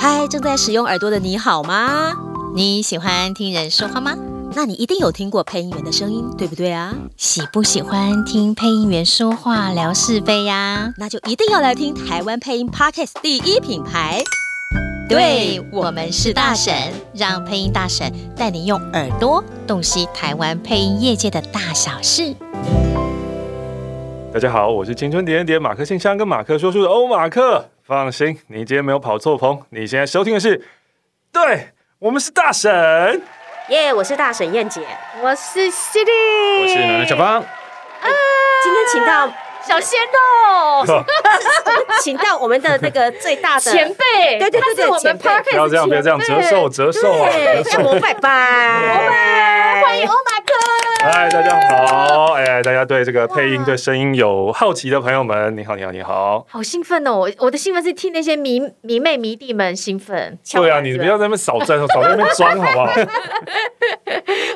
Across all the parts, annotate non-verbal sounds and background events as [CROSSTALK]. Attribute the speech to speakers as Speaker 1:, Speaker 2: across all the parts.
Speaker 1: 嗨，正在使用耳朵的你好吗？
Speaker 2: 你喜欢听人说话吗？
Speaker 1: 那你一定有听过配音员的声音，对不对啊？
Speaker 2: 喜不喜欢听配音员说话聊是非呀、
Speaker 1: 那就一定要来听台湾配音 Podcast 第一品牌。
Speaker 2: 对，我们是大神，让配音大神带你用耳朵洞悉台湾配音业界的大小事。
Speaker 3: 大家好，我是青春点点点马克信箱跟马克说书的欧马克。放心，你今天没有跑错棚，你现在收听的是，对我们是大神，我
Speaker 4: 耶我是大沈燕姐，
Speaker 5: 我是 City，
Speaker 3: 是奶奶小芳，
Speaker 4: 今天请
Speaker 5: [LAUGHS]
Speaker 4: 到
Speaker 5: 小鲜肉
Speaker 4: 请到我们的那个最大的
Speaker 5: 前辈，
Speaker 4: 对对对对
Speaker 5: 他是我
Speaker 4: 前
Speaker 5: 们
Speaker 4: 辈
Speaker 5: Parkes
Speaker 3: 不要这样，不要这样，折寿，折寿 [LAUGHS] 啊！
Speaker 4: 对，让我拜拜，
Speaker 5: 欢迎欧马克，
Speaker 3: 嗨，哎大家好，哎，大家对这个配音、对声音有好奇的朋友们，你好，你好，你好。
Speaker 5: 好兴奋哦！我我的兴奋是替那些迷迷妹迷弟们兴 [LAUGHS] 奋。
Speaker 3: 对啊，你不要在那边少站，少在那边装，好不
Speaker 4: [LAUGHS]
Speaker 3: 好？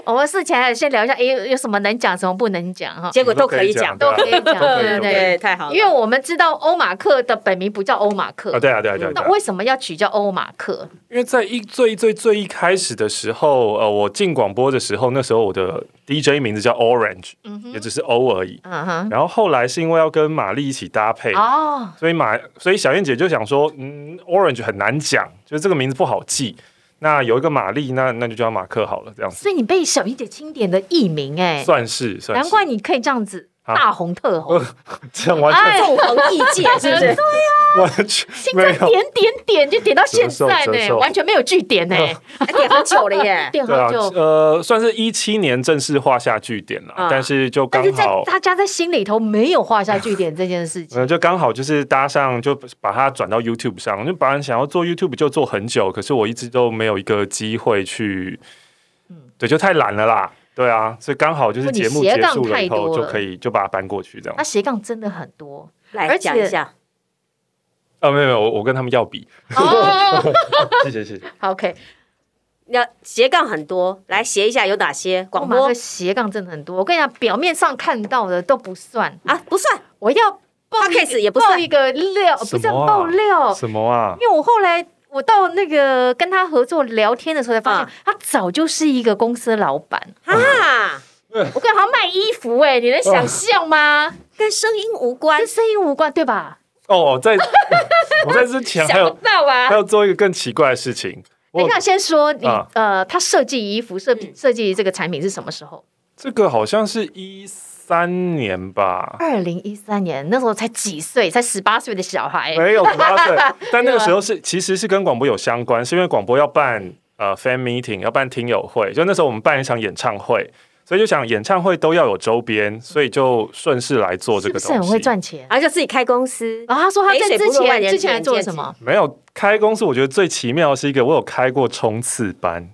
Speaker 5: 我们事前还先聊一下，诶，有什么能讲，什么不能讲哈，
Speaker 4: 结果都可以讲，
Speaker 3: 都
Speaker 5: 都
Speaker 3: 可以
Speaker 5: 可以
Speaker 3: 讲对
Speaker 5: 讲，对对
Speaker 3: 对啊
Speaker 4: 对，
Speaker 5: 对。
Speaker 4: 太好了，
Speaker 5: 因为我们知道欧马克的本名不叫欧马克
Speaker 3: 啊，，对啊，对啊，对啊。对
Speaker 5: 那
Speaker 3: 啊
Speaker 5: 为什么要取叫欧马克？
Speaker 3: 因为在一最最最一开始的时候，呃，我进广播的时候，那时候我的 DJ 名字叫 Orange，、也只是 O 而已。
Speaker 5: 嗯哼，
Speaker 3: 然后后来是因为要跟玛丽一起搭配，
Speaker 5: 哦，
Speaker 3: 所以马所以小燕姐就想说，嗯，Orange 很难讲，就是这个名字不好记。那有一个玛丽，那那就叫马克好了，这样子
Speaker 5: 所以你被小英姐钦点的艺名哎，
Speaker 3: 算是算是。
Speaker 5: 难怪你可以这样子
Speaker 3: 啊
Speaker 5: 大红特红，
Speaker 3: 这样 [LAUGHS] 完全、
Speaker 5: 哎
Speaker 4: 凤凰异 [LAUGHS] 界是不是？
Speaker 3: 完全
Speaker 5: 心
Speaker 3: 没
Speaker 5: 脏
Speaker 3: 有。
Speaker 5: 点点点就点到现在
Speaker 3: 折寿折寿
Speaker 5: 呢，完全没有据哎点呢，
Speaker 4: 还点很久了耶，
Speaker 5: 点
Speaker 3: 嗯对啊
Speaker 5: 好，久。
Speaker 3: 呃，算是一七年正式画下句点了，
Speaker 4: 啊
Speaker 3: 但是就刚
Speaker 5: 但是在
Speaker 3: 好
Speaker 5: 大家在心里头没有画下句点这件
Speaker 3: [LAUGHS]
Speaker 5: 事情，
Speaker 3: 嗯，就刚好就是搭上，就把它转到 YouTube 上。就本来想要做 YouTube 就做很久，可是我一直都没有一个机会去，对，就太懒了啦。对啊，所以刚好就是
Speaker 5: 嗯不你
Speaker 3: 节目
Speaker 5: 斜
Speaker 3: 结
Speaker 5: 杠
Speaker 3: 束了
Speaker 5: 太
Speaker 3: 以后，
Speaker 5: 多
Speaker 3: 就
Speaker 5: 了啊
Speaker 3: 可以就把它搬过去这样
Speaker 5: 它。斜杠真的很
Speaker 3: [LAUGHS]
Speaker 5: 多。
Speaker 4: 来
Speaker 5: 而且
Speaker 4: 讲一下，
Speaker 3: 啊，没有没有，我我跟他们要比，
Speaker 5: 哦
Speaker 3: 谢谢谢谢。
Speaker 5: ，OK，
Speaker 4: 要斜杠很多，来斜一下有哪些？广
Speaker 5: 我马
Speaker 4: 播
Speaker 5: 克斜杠真的很多。我跟你讲，表面上看到的都不算，
Speaker 4: 啊不算，
Speaker 5: 我要报一
Speaker 4: Podcast
Speaker 5: 个
Speaker 4: 也不
Speaker 5: 爆
Speaker 4: 算
Speaker 5: 一个料，不是
Speaker 3: 什么啊
Speaker 5: 爆料，
Speaker 3: 什么啊？
Speaker 5: 因为我后来。我到那个跟他合作聊天的时候，才发现
Speaker 4: 啊
Speaker 5: 他早就是一个公司老板。
Speaker 4: 啊，
Speaker 5: 我跟他卖衣服、哎，你能想象吗？
Speaker 4: 跟声音无关
Speaker 5: 跟，声音无关，对吧？
Speaker 3: 哦，
Speaker 5: [LAUGHS]
Speaker 3: 在我在之前还
Speaker 5: 想不
Speaker 3: 有
Speaker 5: 到
Speaker 4: 啊
Speaker 5: 吧
Speaker 3: 还？有做一个更奇怪的事情。我
Speaker 5: 等一下，先说你、
Speaker 3: 啊
Speaker 5: 呃，他设计衣服设
Speaker 4: 嗯
Speaker 5: 设计这个产品是什么时候？
Speaker 3: 这个好像是一三年吧，
Speaker 5: 二零一三年，那时候才几岁，才十八岁的小孩。
Speaker 3: 没有十八岁，
Speaker 5: [LAUGHS]
Speaker 3: 但那个时候是其实是跟广播有相关，是因为广播要办呃 fan meeting，要办听友会，就那时候我们办一场演唱会，所以就想演唱会都要有周边，所以就顺势来做这
Speaker 5: 是
Speaker 3: 个
Speaker 5: 不
Speaker 3: 东
Speaker 5: 是
Speaker 3: 西。
Speaker 5: 很会赚钱？啊
Speaker 4: 然后就自己开公司
Speaker 5: 然后他说他在
Speaker 4: 肥水
Speaker 5: 之
Speaker 4: 不落外
Speaker 5: 前
Speaker 4: 人
Speaker 5: 之前还
Speaker 4: 田
Speaker 5: 做了
Speaker 4: 见
Speaker 5: 什么？
Speaker 3: 没有开公司，我觉得最奇妙的是一个，我有开过冲刺班，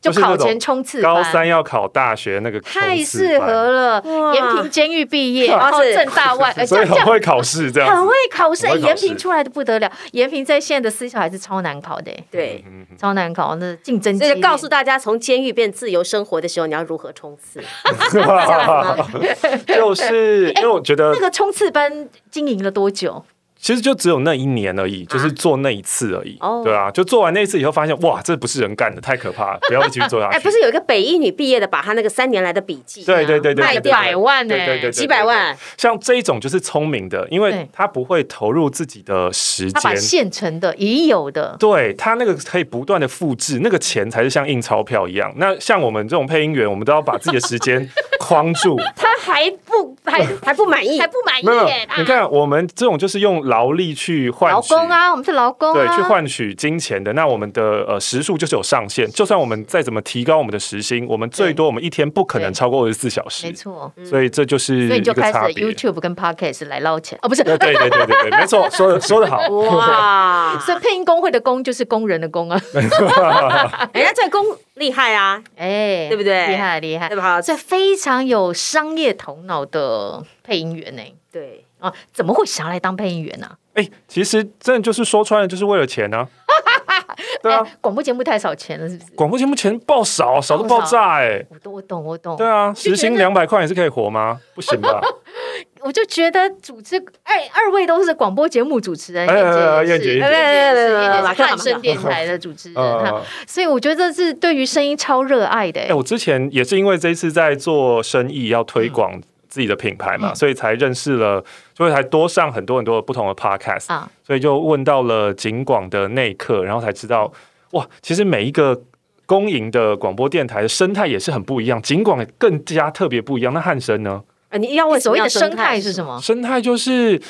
Speaker 5: 就
Speaker 3: 就是那
Speaker 5: 考
Speaker 3: 种
Speaker 5: 前冲刺班
Speaker 3: 高三要考大学那个冲刺班
Speaker 5: 太适合了
Speaker 4: 哇！
Speaker 5: 延平监狱毕业，
Speaker 4: 哇
Speaker 5: 然后
Speaker 4: 是
Speaker 5: 正大
Speaker 3: [LAUGHS]
Speaker 5: 外，呃这
Speaker 3: 所以
Speaker 5: 样这
Speaker 3: 很
Speaker 5: 样
Speaker 3: 会考试这样
Speaker 5: 很
Speaker 3: 子
Speaker 5: 会。考试。
Speaker 3: 很
Speaker 5: 哎
Speaker 3: 会考
Speaker 5: 延
Speaker 3: 试
Speaker 5: 平出来的不得了，延平在现在的私校还是超难考的，哎
Speaker 4: 对。
Speaker 3: 嗯嗯
Speaker 5: 超难考，那竞争激
Speaker 4: 所
Speaker 5: 烈。
Speaker 4: 以就告诉大家，从监狱变自由生活的时候，你要如何冲刺？
Speaker 3: 嗯 [LAUGHS]
Speaker 5: [LAUGHS]
Speaker 3: 就是因为我觉得
Speaker 5: 哎那个冲刺班经营了多久？
Speaker 3: 其实就只有那一年而已，就是做那一次而已，
Speaker 4: 哦
Speaker 3: 对啊，就做完那一次以后，发现哇，这不是人干的，太可怕了，不要继续做下去。
Speaker 4: 哎，不是有一个北一女毕业的，把她那个三年来的笔记，
Speaker 3: 对，对对对对，
Speaker 4: 卖
Speaker 3: 对
Speaker 4: 掉
Speaker 5: 百万
Speaker 3: 对
Speaker 5: 欸
Speaker 3: 对对对对
Speaker 4: 几百万，
Speaker 3: 像这一种就是聪明的，因为
Speaker 5: 对
Speaker 3: 他不会投入自己的时
Speaker 5: 他
Speaker 3: 间
Speaker 5: 把，现成的、已有的，
Speaker 3: 对他那个可以不断的复制，那个钱才是像印钞票一样。那像我们这种配音员，我们都要把自己的时间框住。
Speaker 4: 啊
Speaker 5: 他还不还
Speaker 4: 还不满意
Speaker 5: 还，不满意
Speaker 3: 没有，没
Speaker 5: 耶
Speaker 3: 有？你看我们这种就是用劳力去换
Speaker 5: 劳
Speaker 3: 取
Speaker 5: 工啊，我们是劳工
Speaker 3: 对，
Speaker 5: 啊，
Speaker 3: 去换取金钱的。那我们的呃时数就是有上限，就算我们再怎么提高我们的时薪，我们最多我们一天不可能
Speaker 5: 对
Speaker 3: 超过二十四小时
Speaker 5: 没。错。
Speaker 3: 所以这就是
Speaker 5: 所以
Speaker 3: 一
Speaker 5: 你就
Speaker 3: 个
Speaker 5: 开始
Speaker 3: 差
Speaker 5: 了
Speaker 3: 别。
Speaker 5: YouTube 跟 Podcast 来捞钱哦，不是。 [LAUGHS]
Speaker 3: 对对对对对，没错，说的说的好。
Speaker 4: [LAUGHS] 哇，
Speaker 5: 所以配音工会的工就是工人的
Speaker 3: [LAUGHS]
Speaker 5: 工啊，
Speaker 4: 人家这工厉害啊，
Speaker 5: [LAUGHS] 哎，
Speaker 4: 对不对
Speaker 5: 厉害厉害
Speaker 4: 对，吧？
Speaker 5: 所以非常有商业头脑的配音员呢、
Speaker 4: 对，
Speaker 5: 啊，怎么会想要来当配音员啊呢、
Speaker 3: 哎、其实真的就是说穿了，就是为了钱啊。对啊，
Speaker 5: 哎广播节目太少钱了，是不是？
Speaker 3: 广播节目钱爆少，少到爆炸哎、
Speaker 5: 我懂，我懂，我懂。
Speaker 3: 对啊，时薪两百块也是可以活吗？不行吧？
Speaker 5: 我就觉得主持二二位都是广播节目主持人，
Speaker 3: 哎哎哎
Speaker 5: 燕姐也是
Speaker 3: 燕姐
Speaker 5: 燕姐也是
Speaker 4: 哎哎哎哎哎
Speaker 5: 燕姐
Speaker 4: 马
Speaker 5: 是
Speaker 4: 克
Speaker 5: 汉声电台的主持人哈，
Speaker 3: 呃，
Speaker 5: 所以我觉得是对于声音超热爱的
Speaker 3: 哎，。我之前也是因为这一次在做生意，要推广自己的品牌嘛，
Speaker 5: 嗯
Speaker 3: 所以才认识了，所以才多上很多很多不同的 podcast，、
Speaker 5: 啊，
Speaker 3: 所以就问到了景广的内客，然后才知道，哇，其实每一个。公营的广播电台的生态也是很不一样，景广更加特别不一样。那汉声呢？
Speaker 4: 呃你要问
Speaker 5: 所谓的
Speaker 4: 生
Speaker 5: 生态是什么？
Speaker 3: 生态就是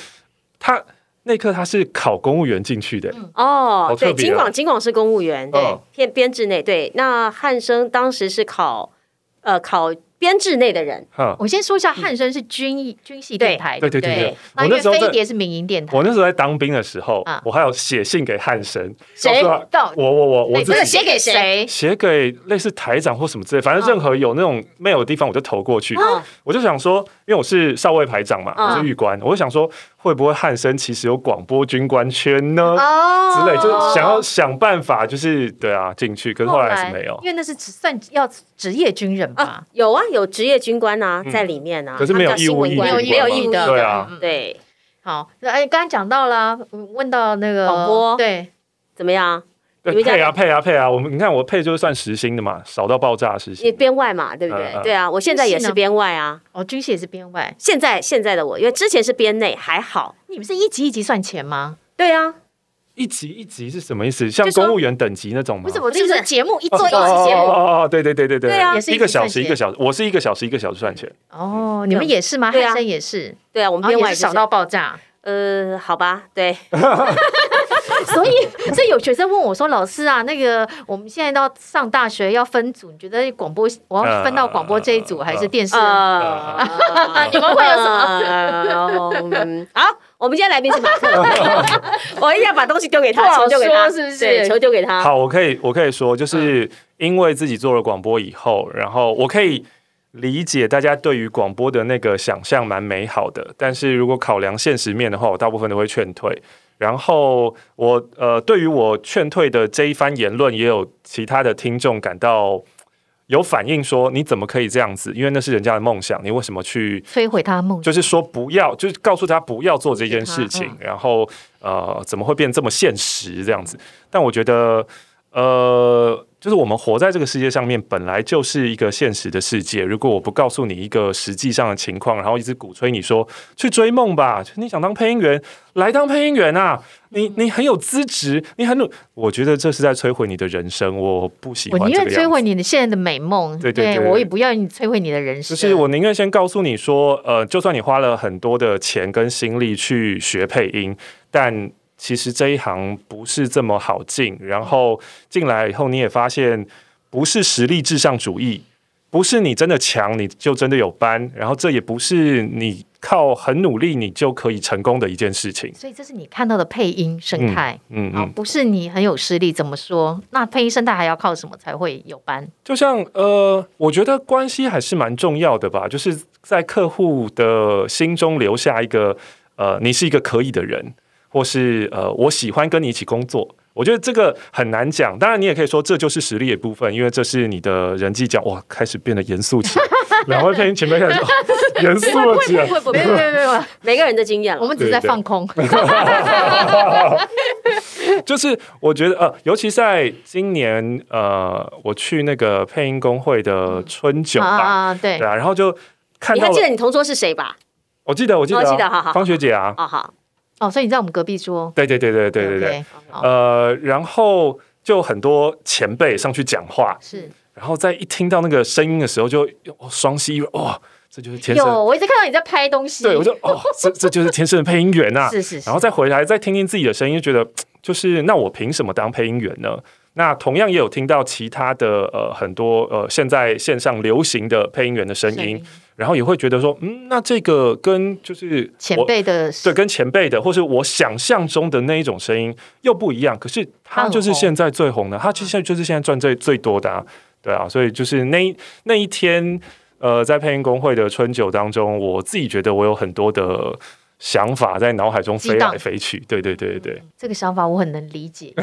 Speaker 3: 他那刻他是考公务员进去的、
Speaker 5: 嗯
Speaker 4: 哦
Speaker 3: 好，特
Speaker 4: 对，
Speaker 3: 别
Speaker 4: 金
Speaker 3: 哦
Speaker 4: 广金广是公务员，对
Speaker 3: 嗯，
Speaker 4: 编编制内对。那汉生当时是考呃考编制内的人，
Speaker 3: 哈。
Speaker 5: 我先说一下，汉声是军艺军系电台，
Speaker 3: 对
Speaker 5: 对
Speaker 3: 对
Speaker 5: 不
Speaker 3: 对对
Speaker 4: 对，
Speaker 5: 那
Speaker 3: 我
Speaker 5: 因
Speaker 3: 那
Speaker 5: 为
Speaker 3: 时候
Speaker 5: 飞
Speaker 3: 在
Speaker 5: 碟是民营电台
Speaker 3: 我，那时候在当兵的时候，
Speaker 5: 啊
Speaker 3: 我还有写信给汉神，
Speaker 5: 谁
Speaker 3: 告诉
Speaker 5: 到
Speaker 3: 他我我我我
Speaker 5: 哎
Speaker 3: 自
Speaker 5: 这个
Speaker 3: 己
Speaker 5: 写给谁？
Speaker 3: 写给类似台长或什么之类，反正任何有那种没有地方我就投过去。
Speaker 4: 啊
Speaker 3: 我就想说，因为我是少尉排长嘛，
Speaker 4: 啊
Speaker 3: 我是狱官，我就想说会不会汉神其实有广播军官圈呢？
Speaker 5: 哦
Speaker 3: 之类，就是想要想办法，就是对啊进去，可是后来还是没有
Speaker 5: 因。为那是只算要职业军人吧
Speaker 4: 啊，，有啊，有职业军官啊
Speaker 3: 嗯
Speaker 4: 在里面啊，
Speaker 3: 可是没有义务役
Speaker 4: 他们叫新闻官
Speaker 3: 役
Speaker 4: 没有
Speaker 3: 官
Speaker 4: 义务役
Speaker 3: 嘛
Speaker 4: 的，
Speaker 3: 对啊
Speaker 5: 嗯
Speaker 4: 对，
Speaker 5: 好，那哎，刚刚讲到啦，问到那个
Speaker 4: 广播
Speaker 5: 对，
Speaker 4: 怎么样？
Speaker 3: 对
Speaker 4: 你们家
Speaker 3: 配啊配啊配啊，我们你看我配就是算时薪的嘛，少到爆炸的时
Speaker 4: 你
Speaker 3: 薪。
Speaker 4: 编外嘛，对不
Speaker 3: 嗯
Speaker 4: 对？
Speaker 3: 嗯
Speaker 4: 对啊，我现在也是编外啊。
Speaker 5: 哦，军系也是编外，
Speaker 4: 现在现在的我，因为之前是编内，还好。
Speaker 5: 你们是一级一级算钱吗？
Speaker 4: 对啊，
Speaker 3: 一级一级是什么意思？像
Speaker 4: 就说
Speaker 3: 公务员等级那种吗？
Speaker 5: 不是，我的
Speaker 4: 就
Speaker 5: 意
Speaker 4: 是
Speaker 5: 思，节目一
Speaker 3: 哦
Speaker 5: 做一期节
Speaker 3: 哦
Speaker 5: 目，
Speaker 3: 哦哦哦，对对对对对，
Speaker 4: 对啊
Speaker 5: 也是一
Speaker 3: 一
Speaker 5: 个
Speaker 3: 个小时
Speaker 5: 赚钱
Speaker 3: 一个小时，我是一个小时一个小时算钱，
Speaker 5: 哦，你们也是吗？
Speaker 4: 对啊
Speaker 5: 汉森也是，哦
Speaker 4: 对啊，我们
Speaker 5: 然后
Speaker 4: 编
Speaker 5: 也
Speaker 4: 外
Speaker 5: 是
Speaker 4: 就是
Speaker 5: 少到爆炸，
Speaker 4: 呃，好吧，对，
Speaker 5: 所以所以有学生问我说，老师啊，那个我们现在到上大学要分组，你觉得广播我要分到广播这一组
Speaker 3: 呃
Speaker 5: 还是电视？
Speaker 4: 呃，
Speaker 5: 你们会有什么
Speaker 4: 么？嗯好，我们今天来宾是马克，我一定要把东西丢给
Speaker 5: 不
Speaker 4: 他，
Speaker 5: 好
Speaker 4: 球丢给他，
Speaker 5: 说是不是
Speaker 4: 对，球丢给他。
Speaker 3: 好，我可以，我可以说，就是因为自己做了广播以后，然后我可以理解大家对于广播的那个想象蛮美好的，但是如果考量现实面的话，我大部分都会劝退。然后我呃，对于我劝退的这一番言论，也有其他的听众感到有反应说，你怎么可以这样子？因为那是人家的梦想，你为什么去
Speaker 5: 摧毁他的梦想，
Speaker 3: 就是说不要，就是告诉他不要做这件事情，
Speaker 5: 嗯
Speaker 3: 然后呃，怎么会变这么现实这样子？但我觉得，呃，就是我们活在这个世界上面，本来就是一个现实的世界。如果我不告诉你一个实际上的情况，然后一直鼓吹你说去追梦吧，你想当配音员，来当配音员啊，你你很有资质，你很努，我觉得这是在摧毁你的人生，我不喜
Speaker 5: 我
Speaker 3: 欢
Speaker 5: 宁
Speaker 3: 这
Speaker 5: 愿
Speaker 3: 个
Speaker 5: 摧
Speaker 3: 样子
Speaker 5: 毁。你的现在的美梦，哎
Speaker 3: 对对对
Speaker 5: 我也不要你摧毁你的人
Speaker 3: 就
Speaker 5: 生。
Speaker 3: 是我宁愿先告诉你说，呃，就算你花了很多的钱跟心力去学配音，但其实这一行不是这么好进。然后进来以后，你也发现不是实力至上主义，不是你真的强你就真的有班，然后这也不是你靠很努力你就可以成功的一件事情。
Speaker 5: 所以这是你看到的配音生态。
Speaker 3: 嗯
Speaker 5: 啊，
Speaker 3: 嗯，
Speaker 5: 不是你很有实力，怎么说？那配音生态还要靠什么才会有班？
Speaker 3: 就像呃，我觉得关系还是蛮重要的吧，就是在客户的心中留下一个呃，你是一个可以的人，或是呃，我喜欢跟你一起工作。我觉得这个很难讲，当然你也可以说这就是实力的部分，因为这是你的人际讲哇，开始变得严肃
Speaker 4: [LAUGHS]
Speaker 3: 起来，两位配音前辈开始哦严肃了起来。
Speaker 4: 会不
Speaker 5: 没有没有没有，
Speaker 4: 每个人的经验
Speaker 5: 我
Speaker 4: 了，
Speaker 5: 们只是在
Speaker 3: [LAUGHS]
Speaker 5: 放空。
Speaker 3: 就是我觉得呃，尤其在今年呃，我去那个配音工会的春酒
Speaker 5: 啊
Speaker 3: 吧，
Speaker 5: 啊，对
Speaker 3: 对，啊，然后就看
Speaker 4: 你
Speaker 3: 到
Speaker 4: 还
Speaker 3: 了
Speaker 4: 记得你同桌是谁吧？
Speaker 3: 我记得，我记得啊、
Speaker 4: 哦记得好好
Speaker 3: 方学姐啊，
Speaker 4: 哦，好，
Speaker 5: 哦，所以你在我们隔壁桌。
Speaker 3: 对对对对对对对，
Speaker 5: OK，好，
Speaker 3: 呃，然后就很多前辈上去讲话，
Speaker 5: 是
Speaker 3: 然后在一听到那个声音的时候就，哦双膝一软，哇、这就是天
Speaker 5: 有，
Speaker 3: 生，
Speaker 5: 我一直看到你在拍东西。
Speaker 3: 对我就哦，这这就是天生的配音员呐、
Speaker 5: 是是是
Speaker 3: 然后再回来再听听自己的声音，就觉得嘖就是那我凭什么当配音员呢？那同样也有听到其他的呃很多呃现在线上流行的配音员的声
Speaker 5: 声
Speaker 3: 音
Speaker 5: 音，
Speaker 3: 然后也会觉得说，嗯，那这个跟就是
Speaker 5: 前
Speaker 3: 我
Speaker 5: 辈的
Speaker 3: 对，跟前辈的或是我想象中的那一种声音又不一样。可是他就是现在最红的，他其实就是现在赚最最多的、啊，对啊。所以就是那一那一天，呃，在配音工会的春酒当中，我自己觉得我有很多的想法在脑海中飞
Speaker 5: 激荡
Speaker 3: 来飞去。对对对对
Speaker 5: 这个想法我很能
Speaker 3: [LAUGHS]
Speaker 5: 理解。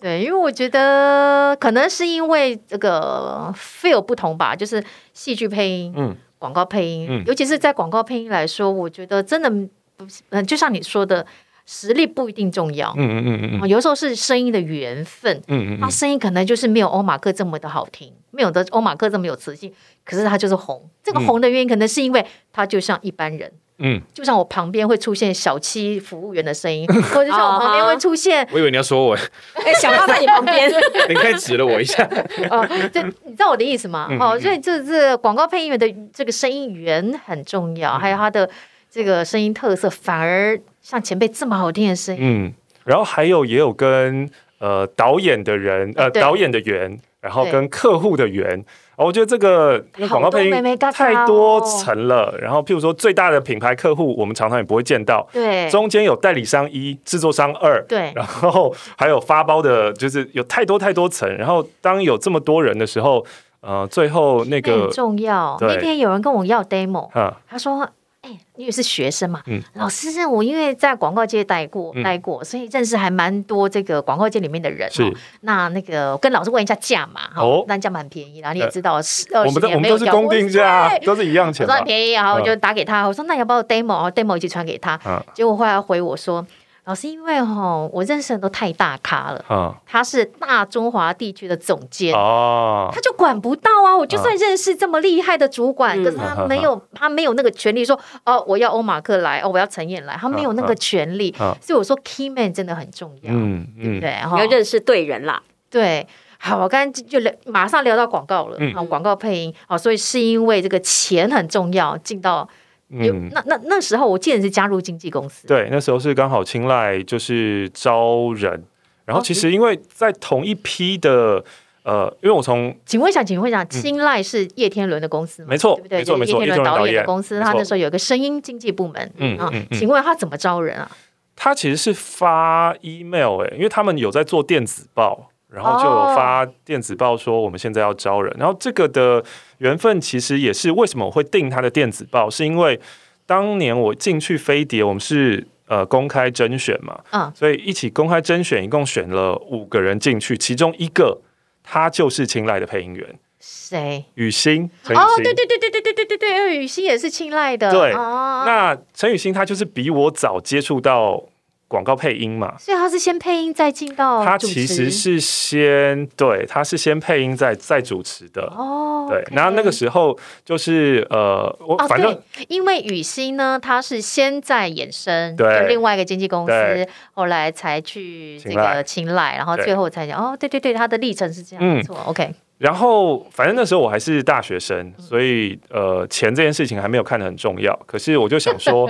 Speaker 5: 对，因为我觉得可能是因为这个 feel 不同吧，就是戏剧配音，
Speaker 3: 嗯，
Speaker 5: 广告配音，
Speaker 3: 嗯
Speaker 5: 尤其是在广告配音来说，我觉得真的不是，嗯，就像你说的，实力不一定重要，
Speaker 3: 嗯嗯嗯嗯
Speaker 5: 啊有时候是声音的缘分。
Speaker 3: 嗯嗯
Speaker 5: 他
Speaker 3: 嗯，
Speaker 5: 声音可能就是没有欧马克这么的好听，没有的欧马克这么有磁性，可是他就是红。这个
Speaker 3: 嗯
Speaker 5: 红的原因，可能是因为他就像一般人，
Speaker 3: 嗯，
Speaker 5: 就像我旁边会出现小七服务员的
Speaker 3: [LAUGHS]
Speaker 5: 声音，或者像我旁边会出现
Speaker 6: 我以为你要说我，
Speaker 4: 哎，小胖在你旁边，
Speaker 6: 你可以指了我一下。
Speaker 5: 哦，这你知道我的意思吗？
Speaker 3: 啊嗯
Speaker 5: 哦，
Speaker 3: 嗯
Speaker 5: 所以这这广告配音员的这个声音源很重
Speaker 3: 嗯
Speaker 5: 要，还有他的这个声音特色，反而像前辈这么好听的声音，
Speaker 3: 嗯，然后还有也有跟呃导演的人呃
Speaker 5: 对
Speaker 3: 导演的缘，然后
Speaker 5: 对
Speaker 3: 跟客户的缘。啊我觉得这个因为广告
Speaker 5: 好多
Speaker 3: 配
Speaker 5: 妹妹
Speaker 3: 音
Speaker 5: 嘎嘎哦
Speaker 3: 太多层了，然后譬如说最大的品牌客户，我们常常也不会见到，
Speaker 5: 对
Speaker 3: 中间有代理商一、制作商二，
Speaker 5: 对
Speaker 3: 然后还有发包的，就是有太多太多层。然后当有这么多人的时候，呃，最后那
Speaker 5: 那
Speaker 3: 个
Speaker 5: 很重哦要。
Speaker 3: 对
Speaker 5: 那天有人跟我要 demo，
Speaker 3: 啊，
Speaker 5: 他说。哎，你也是学生嘛？
Speaker 3: 嗯
Speaker 5: 老师，我因为在广告界待过，
Speaker 3: 嗯
Speaker 5: 待过，所以认识还蛮多这个广告界里面的人。
Speaker 3: 是
Speaker 5: 哦那那个，我跟老师问一下价码哈，
Speaker 3: 哦
Speaker 5: 那价蛮便宜啦，你也
Speaker 3: 呃
Speaker 5: 知道，十
Speaker 3: 我
Speaker 5: 二
Speaker 3: 们
Speaker 5: 十
Speaker 3: 都我
Speaker 5: 年
Speaker 3: 们
Speaker 5: 没
Speaker 3: 都
Speaker 5: 有
Speaker 3: 是
Speaker 5: 交过
Speaker 3: 公定价啊，
Speaker 5: 对
Speaker 3: 都是一样
Speaker 5: 我
Speaker 3: 钱
Speaker 5: 说
Speaker 3: 吧
Speaker 5: 很。便宜啊，我
Speaker 3: 嗯
Speaker 5: 就打给他，我说那要不要 demo？然后 demo 一起传给他。
Speaker 3: 啊
Speaker 5: 结果后来他回我说，老师，因为吼我认识的人都太大咖了，
Speaker 3: 啊
Speaker 5: 他是大中华地区的总监。
Speaker 3: 哦
Speaker 5: 他就管不到啊！我就算认识这么厉害的主管，
Speaker 4: 嗯
Speaker 5: 可是他没
Speaker 3: 啊
Speaker 5: 有，他没有那个权利说哦，我要欧马克来，哦，我要陈燕来，他没有那个权利。
Speaker 3: 啊，
Speaker 5: 所以我说，key man 真的很重要，
Speaker 3: 嗯
Speaker 5: 对不
Speaker 3: 嗯
Speaker 5: 对？哈
Speaker 4: 你要认识对人啦。
Speaker 5: 对，好，我刚刚就就聊，马上聊到广告了，
Speaker 3: 嗯
Speaker 5: 好，广告配音，好，所以是因为这个钱很重要，进到有
Speaker 3: 嗯，
Speaker 5: 那那那时候我记得你是加入经纪公司，
Speaker 3: 对，那时候是刚好青睐就是招人，
Speaker 5: 哦
Speaker 3: 然后其实因为在同一批的呃，因为我从
Speaker 5: 请问一下，请问一下，青睐是叶天伦的公司吗？
Speaker 3: 嗯没错
Speaker 5: 对不对？
Speaker 3: 没错
Speaker 5: 就是
Speaker 3: 没错
Speaker 5: 叶
Speaker 3: 叶
Speaker 5: 天
Speaker 3: 天伦
Speaker 5: 伦
Speaker 3: 导
Speaker 5: 导演
Speaker 3: 演
Speaker 5: 的公司，
Speaker 3: 没
Speaker 5: 他那
Speaker 3: 错
Speaker 5: 时候有个声音经纪部门，
Speaker 3: 嗯
Speaker 5: 啊
Speaker 3: 嗯嗯
Speaker 5: 请问他怎么招人啊？
Speaker 3: 他其实是发 email 哎、因为他们有在做电子报，然后就有发电子报说我们现在要招人，然后这个的缘分其实也是为什么我会订他的电子报，是因为当年我进去飞碟，我们是呃公开甄选嘛，
Speaker 5: 嗯
Speaker 3: 所以一起公开甄选，一共选了五个人进去，其中一个他就是青睐的配音员
Speaker 5: 谁？
Speaker 3: 雨欣，陈雨
Speaker 5: 哦，
Speaker 3: 欣，
Speaker 5: 对对对对对对对对对，呃雨欣也是青睐的，
Speaker 3: 对
Speaker 5: 哦，
Speaker 3: 那陈雨欣她就是比我早接触到广告配音嘛，
Speaker 5: 所以他是先配音再进到
Speaker 3: 他
Speaker 5: 哦主持
Speaker 3: 其实是先对，他是先配音再再主持的。
Speaker 5: 哦，
Speaker 3: 对，然后那个时候就是呃，我
Speaker 5: 哦，
Speaker 3: 反正、
Speaker 5: 对，因为雨欣呢，她是先在衍生，
Speaker 3: 对
Speaker 5: 就另外一个经纪公司
Speaker 3: 对，
Speaker 5: 后来才去这
Speaker 3: 青睐
Speaker 5: 个青睐，然后
Speaker 3: 对
Speaker 5: 最后才讲哦，对对对，她的历程是这样，
Speaker 3: 嗯
Speaker 5: 没错，OK，
Speaker 3: 然后反正那时候我还是大学生，
Speaker 5: 嗯
Speaker 3: 所以呃，钱这件事情还没有看得很重要。可是我就想
Speaker 5: [LAUGHS]
Speaker 3: 说，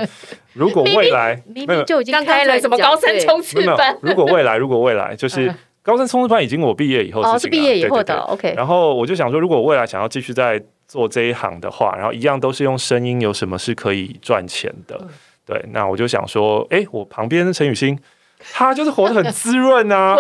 Speaker 3: 如果未来
Speaker 5: 明
Speaker 3: 没有
Speaker 5: 明就已经
Speaker 4: 刚刚
Speaker 5: 开了
Speaker 4: 在
Speaker 5: 什么
Speaker 4: 讲
Speaker 5: 高三
Speaker 4: 对
Speaker 5: 冲刺
Speaker 3: 没有没
Speaker 5: [LAUGHS] 班
Speaker 3: 有，如果未来如果未来就是
Speaker 5: 嗯
Speaker 3: 高三冲刺班已经我毕业以后的
Speaker 5: 哦，
Speaker 3: 事情
Speaker 5: 是毕
Speaker 3: 了
Speaker 5: 业以后。
Speaker 3: 对对
Speaker 5: 的
Speaker 3: 对
Speaker 5: ，OK，
Speaker 3: 然后我就想说，如果未来想要继续在做这一行的话，然后一样都是用声音，有什么是可以赚钱的？对，那我就想说，哎，我旁边的陈雨欣，她就是活得很滋润啊，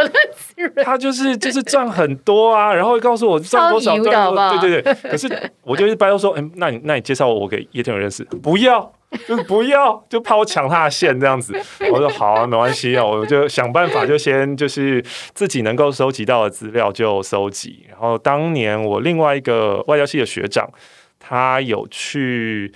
Speaker 3: 她就是就是赚很多啊，然后会告诉我赚多少，
Speaker 5: 超油的
Speaker 3: 赚
Speaker 5: 好不
Speaker 3: 多
Speaker 5: 好
Speaker 3: 少，对对对。可是我就一般都说，哎，那你那你介绍我给叶天佑认识，不要。就是不要，就怕我抢他的线这样子。我说好啊，没关系啊，我就想办法，就先就是自己能够收集到的资料就收集。然后当年我另外一个外交系的学长，他有去，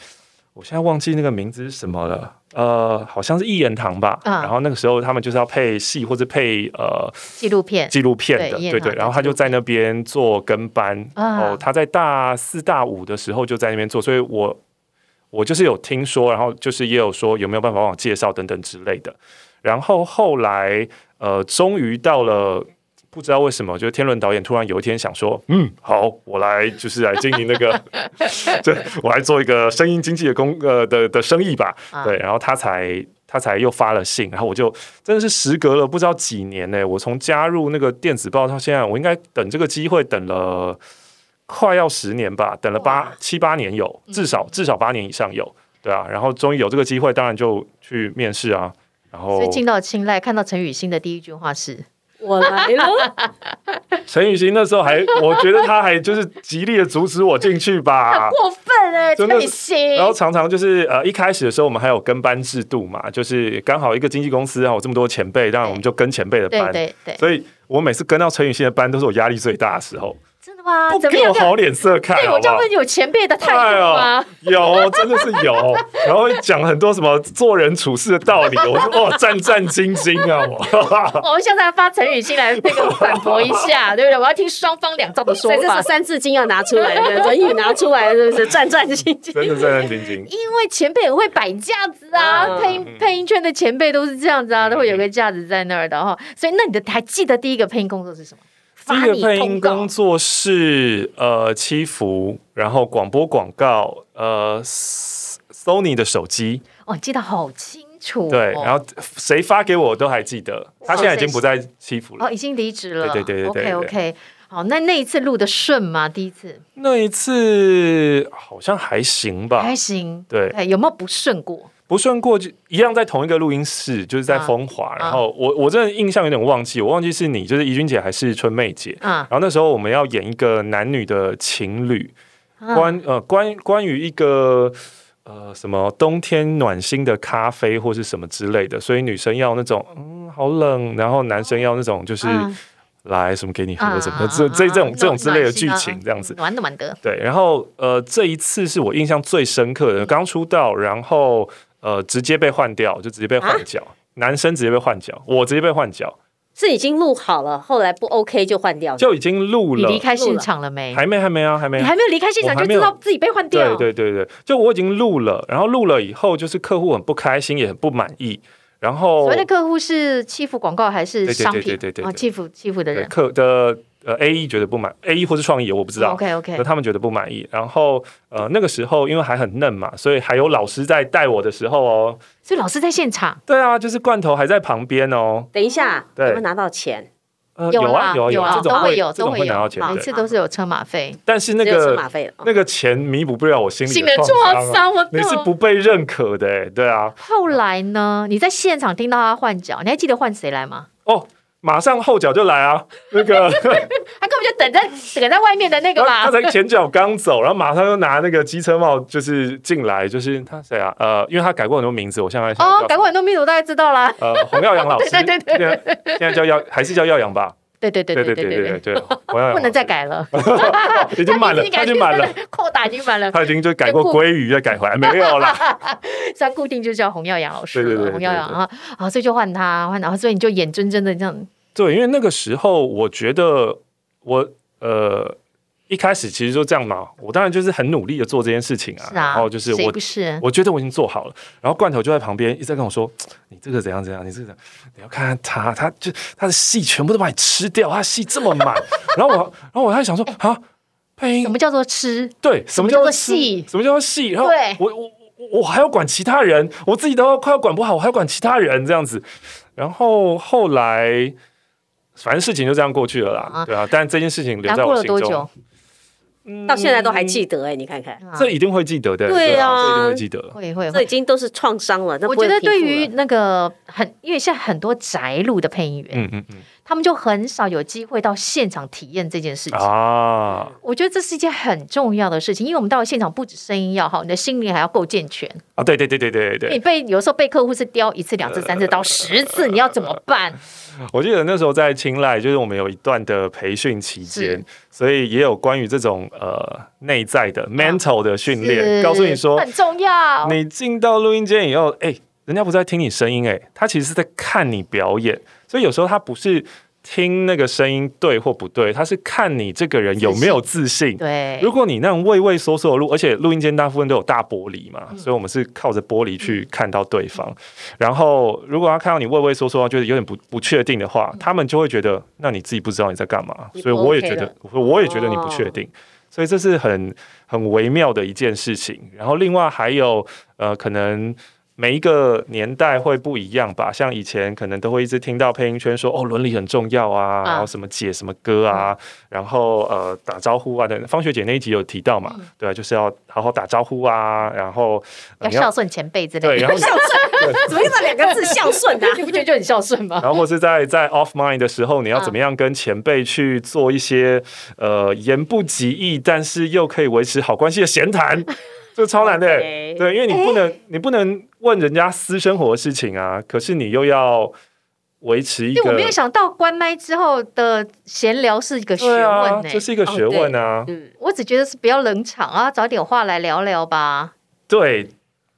Speaker 3: 我现在忘记那个名字是什么了，呃，好像是一言堂吧。
Speaker 5: 啊
Speaker 3: 然后那个时候他们就是要配戏或者配呃
Speaker 5: 纪录片，
Speaker 3: 纪录片的，
Speaker 5: 对一言
Speaker 3: 对
Speaker 5: 堂
Speaker 3: 对。然后他就在那边做跟班，
Speaker 5: 啊
Speaker 3: 然后他在大四大五的时候就在那边做，所以我我就是有听说，然后就是也有说有没有办法帮我介绍等等之类的。然后后来呃，终于到了。不知道为什么，就是天伦导演突然有一天想说，嗯，好，我来就是来经营那个， [LAUGHS] 这我来做一个声音经济的工呃的的生意吧，
Speaker 5: 啊
Speaker 3: 对，然后他才他才又发了信，然后我就真的是时隔了不知道几年呢、我从加入那个电子报到现在，我应该等这个机会等了快要十年吧，等了八七八年有，至少
Speaker 5: 嗯
Speaker 3: 至少八年以上有，对啊，然后终于有这个机会，当然就去面试啊，然后
Speaker 5: 所以进到青睐，看到陈雨欣的第一句话是
Speaker 4: 我来了，
Speaker 3: 陈雨欣那时候还，我觉得他还就是极力的阻止我进去
Speaker 5: [LAUGHS]
Speaker 3: 吧，
Speaker 5: 过分
Speaker 3: [LAUGHS]
Speaker 5: 哎
Speaker 3: 真的是
Speaker 5: 欣
Speaker 3: 然后常常就是呃，一开始的时候我们还有跟班制度嘛，就是刚好一个经纪公司啊，我这么多前辈，当然我们就跟前辈的
Speaker 5: 对
Speaker 3: 班。
Speaker 5: 对对，
Speaker 3: 所以我每次跟到陈雨欣的班都是我压力最大的时候，
Speaker 5: 真的吗？
Speaker 3: 不
Speaker 5: 啊怎么
Speaker 3: 给
Speaker 5: 样
Speaker 3: 我？好脸色看，
Speaker 5: 对，
Speaker 3: 好
Speaker 5: 我
Speaker 3: 不
Speaker 5: 这
Speaker 3: 好
Speaker 5: 样？问有前辈的态
Speaker 3: 哎
Speaker 5: 度
Speaker 3: 呦
Speaker 5: 吗？
Speaker 3: 有，真的是有，然后讲很多什么做人处事的道理，我哦战战兢兢啊，我 [LAUGHS]
Speaker 5: 我们现在发陈雨欣来那个反驳一下，对不对？我要听双方两造的说
Speaker 4: 所以这
Speaker 5: 法
Speaker 4: 是。三字经要拿出来的，《论语》拿出来，是不是战战兢兢？
Speaker 3: 真的战战兢兢。
Speaker 5: 因为前辈很会摆架子啊，
Speaker 4: 嗯
Speaker 5: 配音配音圈的前辈都是这样子啊，都会有个架子在那儿的哈。所以那你的还记得第一个配音工作是什么？
Speaker 3: 第
Speaker 5: 发
Speaker 3: 一个
Speaker 5: 你
Speaker 3: 配音
Speaker 5: 通告
Speaker 3: 工作是呃七福，然后广播广告，呃，S-，Sony 的手机，
Speaker 5: 哦，记得好清楚、哦。
Speaker 3: 对，然后谁发给我都还记得，他现在已经不在七福了
Speaker 5: 哦，。已经离职了。
Speaker 3: 对对对对对
Speaker 5: OK OK，好，那那一次录的顺吗？第一次
Speaker 3: 那一次好像还行吧，
Speaker 5: 还行。
Speaker 3: 啊对
Speaker 5: 哎，有没有不顺过？
Speaker 3: 不顺过就一样在同一个录音室，就是
Speaker 5: 啊
Speaker 3: 在风华。然后我我真的印象有点忘记，我忘记是你就是怡君姐还是春妹姐。
Speaker 5: 啊
Speaker 3: 然后那时候我们要演一个男女的情侣，
Speaker 5: 啊
Speaker 3: 关呃关关于一个呃什么冬天暖心的咖啡或是什么之类的，所以女生要那种嗯好冷，然后男生要那种就是、
Speaker 5: 啊
Speaker 3: 来什么给你喝什么
Speaker 5: 啊
Speaker 3: 这这这种这种之类的
Speaker 5: 暖
Speaker 3: 剧
Speaker 5: 心啊
Speaker 3: 情这样子。
Speaker 5: 暖暖的。
Speaker 3: 对，然后呃，这一次是我印象最深刻
Speaker 5: 嗯
Speaker 3: 的，刚出道，然后呃，直接被换掉，就直接被
Speaker 5: 啊
Speaker 3: 换角，男生直接被换角，我直接被换角，
Speaker 4: 是已经录好了，后来不 OK 就换掉了。
Speaker 3: 就已经录
Speaker 5: 你
Speaker 3: 了，
Speaker 5: 离开现场了没？
Speaker 3: 还没还没啊，还没
Speaker 5: 你。还没有离开现场
Speaker 3: 我还
Speaker 5: 就
Speaker 3: 没有
Speaker 5: 知道自己被换掉
Speaker 3: 对。对对对，就我已经录了，然后录了以后，就是客户很不开心，也很不满意，然后
Speaker 5: 所谓的客户是欺负广告还是
Speaker 3: 对对对
Speaker 5: 商品？
Speaker 3: 对对对对
Speaker 5: 哦，欺负欺负的
Speaker 3: 对
Speaker 5: 人。
Speaker 3: 客的呃 A E 觉得不满，A E 或是创意我不知道
Speaker 5: OK
Speaker 3: 那
Speaker 5: OK，
Speaker 3: 他们觉得不满意。然后呃那个时候因为还很嫩嘛，所以还有老师在带我的时候哦，
Speaker 5: 所以老师在现场
Speaker 3: 对啊，就是罐头还在旁边哦。
Speaker 4: 等一下，
Speaker 3: 对
Speaker 4: 有没有拿到钱？
Speaker 3: 呃，
Speaker 5: 有
Speaker 3: 啊
Speaker 5: 啦
Speaker 3: 有啊
Speaker 5: 有啊
Speaker 3: 这种
Speaker 5: 都会
Speaker 3: 会
Speaker 5: 有
Speaker 3: 这种
Speaker 5: 都
Speaker 3: 会
Speaker 5: 会
Speaker 3: 拿
Speaker 5: 有
Speaker 3: 到钱
Speaker 4: 啊
Speaker 5: 每
Speaker 3: 的。
Speaker 5: 次都是有车马费。
Speaker 3: 但是那
Speaker 4: 只有车马
Speaker 3: 个
Speaker 4: 费了。
Speaker 3: 那个钱弥补不了我心里
Speaker 5: 心里的
Speaker 3: 创
Speaker 5: 创
Speaker 3: 伤啊，
Speaker 5: 伤，我
Speaker 3: 你是
Speaker 5: 懂
Speaker 3: 不被认可的、欸，对啊。
Speaker 5: 后来呢？你在现场听到他换脚，你还记得换谁来吗？
Speaker 3: 哦，马上后脚就来啊，那个
Speaker 5: 他根本就等在等在外面的那个
Speaker 3: 他
Speaker 5: 吧
Speaker 3: 他。才前脚刚走，然后马上就拿那个机车帽就是进来，就是他谁啊？呃，因为他改过很多名字，我现在想
Speaker 5: 哦，
Speaker 3: 叫
Speaker 5: 改过很多密度，大家知道啦。
Speaker 3: 呃洪耀阳老师，
Speaker 5: [LAUGHS] 对对对
Speaker 3: 对，现在叫耀还是叫耀阳吧？
Speaker 5: 对对对
Speaker 3: 对
Speaker 5: 对
Speaker 3: 对
Speaker 5: 对
Speaker 3: 对对，对洪耀阳
Speaker 5: 不能再
Speaker 3: 老
Speaker 5: 改了，
Speaker 3: [LAUGHS] 师，已经满了，他已经满了，，
Speaker 5: [LAUGHS] 扣打已经满了，
Speaker 3: 他已经就改过
Speaker 5: 就
Speaker 3: 鲑鱼，再改回来没有
Speaker 5: [LAUGHS]
Speaker 3: 啦。
Speaker 5: 虽然固定就叫洪耀阳老师
Speaker 3: 对对对
Speaker 5: 了，
Speaker 3: 对
Speaker 5: 洪耀阳啊啊，所以就换他换他，所以你就眼睁睁的这样
Speaker 3: 对，因为那个时候我觉得我呃一开始其实就这样嘛，我当然就是很努力的做这件事情啊，
Speaker 5: 是
Speaker 3: 然
Speaker 5: 啊，
Speaker 3: 后就是
Speaker 5: 谁
Speaker 3: 我
Speaker 5: 不是
Speaker 3: 我觉得我已经做好了，然后罐头就在旁边一直在跟我说：“你这个怎样怎样，你这个怎样你要看看他，他就他的戏全部都把你吃掉，他戏这么
Speaker 5: [LAUGHS]
Speaker 3: 满。”然后我然后我还想说啊，配音
Speaker 5: 什么叫做吃？
Speaker 3: 对，什
Speaker 5: 什
Speaker 3: 么
Speaker 5: 么
Speaker 3: 叫
Speaker 5: 叫
Speaker 3: 做
Speaker 5: 做
Speaker 3: 吃
Speaker 5: 戏
Speaker 3: 什么叫做戏？然后
Speaker 5: 对
Speaker 3: 我我我我还要管其他人，我自己都要快要管不好，我还要管其他人这样子。然后后来，反正事情就这样过去了啦，
Speaker 5: 啊
Speaker 3: 对啊。但这件事情留
Speaker 5: 然
Speaker 3: 在
Speaker 5: 后过
Speaker 3: 我
Speaker 5: 了
Speaker 3: 心
Speaker 5: 多
Speaker 3: 中 [LAUGHS]
Speaker 5: 久，？
Speaker 4: 哦到现在都还记得哎、你看看，
Speaker 5: 啊
Speaker 3: 这一定会记得的，
Speaker 4: 对啊
Speaker 3: 这一定会记得。
Speaker 5: 会会
Speaker 4: 这
Speaker 5: 会
Speaker 4: 已。经都是创伤了。那
Speaker 5: 我
Speaker 4: 不会
Speaker 5: 觉得
Speaker 4: 平复
Speaker 5: 对于 [LAUGHS]
Speaker 4: 了
Speaker 5: 那个很，因为现在很多宅录的配音员，
Speaker 3: 嗯嗯嗯
Speaker 5: 他们就很少有机会到现场体验这件事情。
Speaker 3: 啊
Speaker 5: 我觉得这是一件很重要的事情，因为我们到了现场，不止声音要好，你的心灵还要够健全。
Speaker 3: 啊！对对对对对
Speaker 5: 你
Speaker 3: 对，
Speaker 5: 被有时候被客户是刁一次、两次、三次到十次，你要怎么办？
Speaker 3: 我记得那时候在青睐，就是我们有一段的培训期间
Speaker 5: 是，
Speaker 3: 所以也有关于这种呃内在
Speaker 5: 啊
Speaker 3: 的 mental 的训 [LAUGHS] 练，告诉你说
Speaker 5: 很重要。
Speaker 3: 你进到录音间以后，哎、人家不是在听你声音、哎，他其实是在看你表演，所以有时候他不是听那个声音对或不对，他是看你这个人有没有自信。
Speaker 5: 对
Speaker 3: 如，果你那种畏畏缩缩的录，而且录音间大部分都有大玻璃
Speaker 4: 嗯
Speaker 3: 嘛，所以我们是靠着玻璃去看到对方。然后，如果他看到你畏畏缩缩，就是有点不不确定的话，他们就会觉得，那你自己不知道你在干嘛。
Speaker 4: 嗯你不
Speaker 3: 所以我也
Speaker 4: OK 哦
Speaker 3: 觉得
Speaker 4: 了，
Speaker 3: 我也觉得你不确定。所以这是很很微妙的一件事情。然后，另外还有呃，可能。每一个年代会不一样吧，像以前可能都会一直听到配音圈说哦伦理很重要啊，
Speaker 5: 啊
Speaker 3: 然后什么姐什么歌
Speaker 4: 嗯
Speaker 3: 啊，然后呃打招呼啊等。方学姐那一集有提到嘛，对啊，就是要好好打招呼啊，然后、呃
Speaker 5: 要孝顺前辈之
Speaker 3: 对，
Speaker 5: 类的， [LAUGHS]
Speaker 3: 然后
Speaker 4: 孝顺，怎么用这两个字孝顺啊？
Speaker 5: 你不觉得就很孝顺吗？
Speaker 3: 然后或是在在 off mind 的时候，你要
Speaker 5: 啊
Speaker 3: 怎么样跟前辈去做一些呃言不及义，但是又可以维持好关系的闲
Speaker 5: [LAUGHS]
Speaker 3: 谈，这超难的欸、
Speaker 4: OK
Speaker 3: 对，因为你不能、你不能问人家私生活的事情啊，可是你又要维持一
Speaker 5: 对，我
Speaker 3: 个
Speaker 5: 没有想到关麦之后的闲聊是一个学
Speaker 3: 对
Speaker 5: 问欸哦
Speaker 3: 啊，
Speaker 5: 呢、
Speaker 3: 这是一个学问啊。
Speaker 4: 嗯，
Speaker 5: 我只觉得是不要冷场啊，找点话来聊聊吧。
Speaker 3: 对，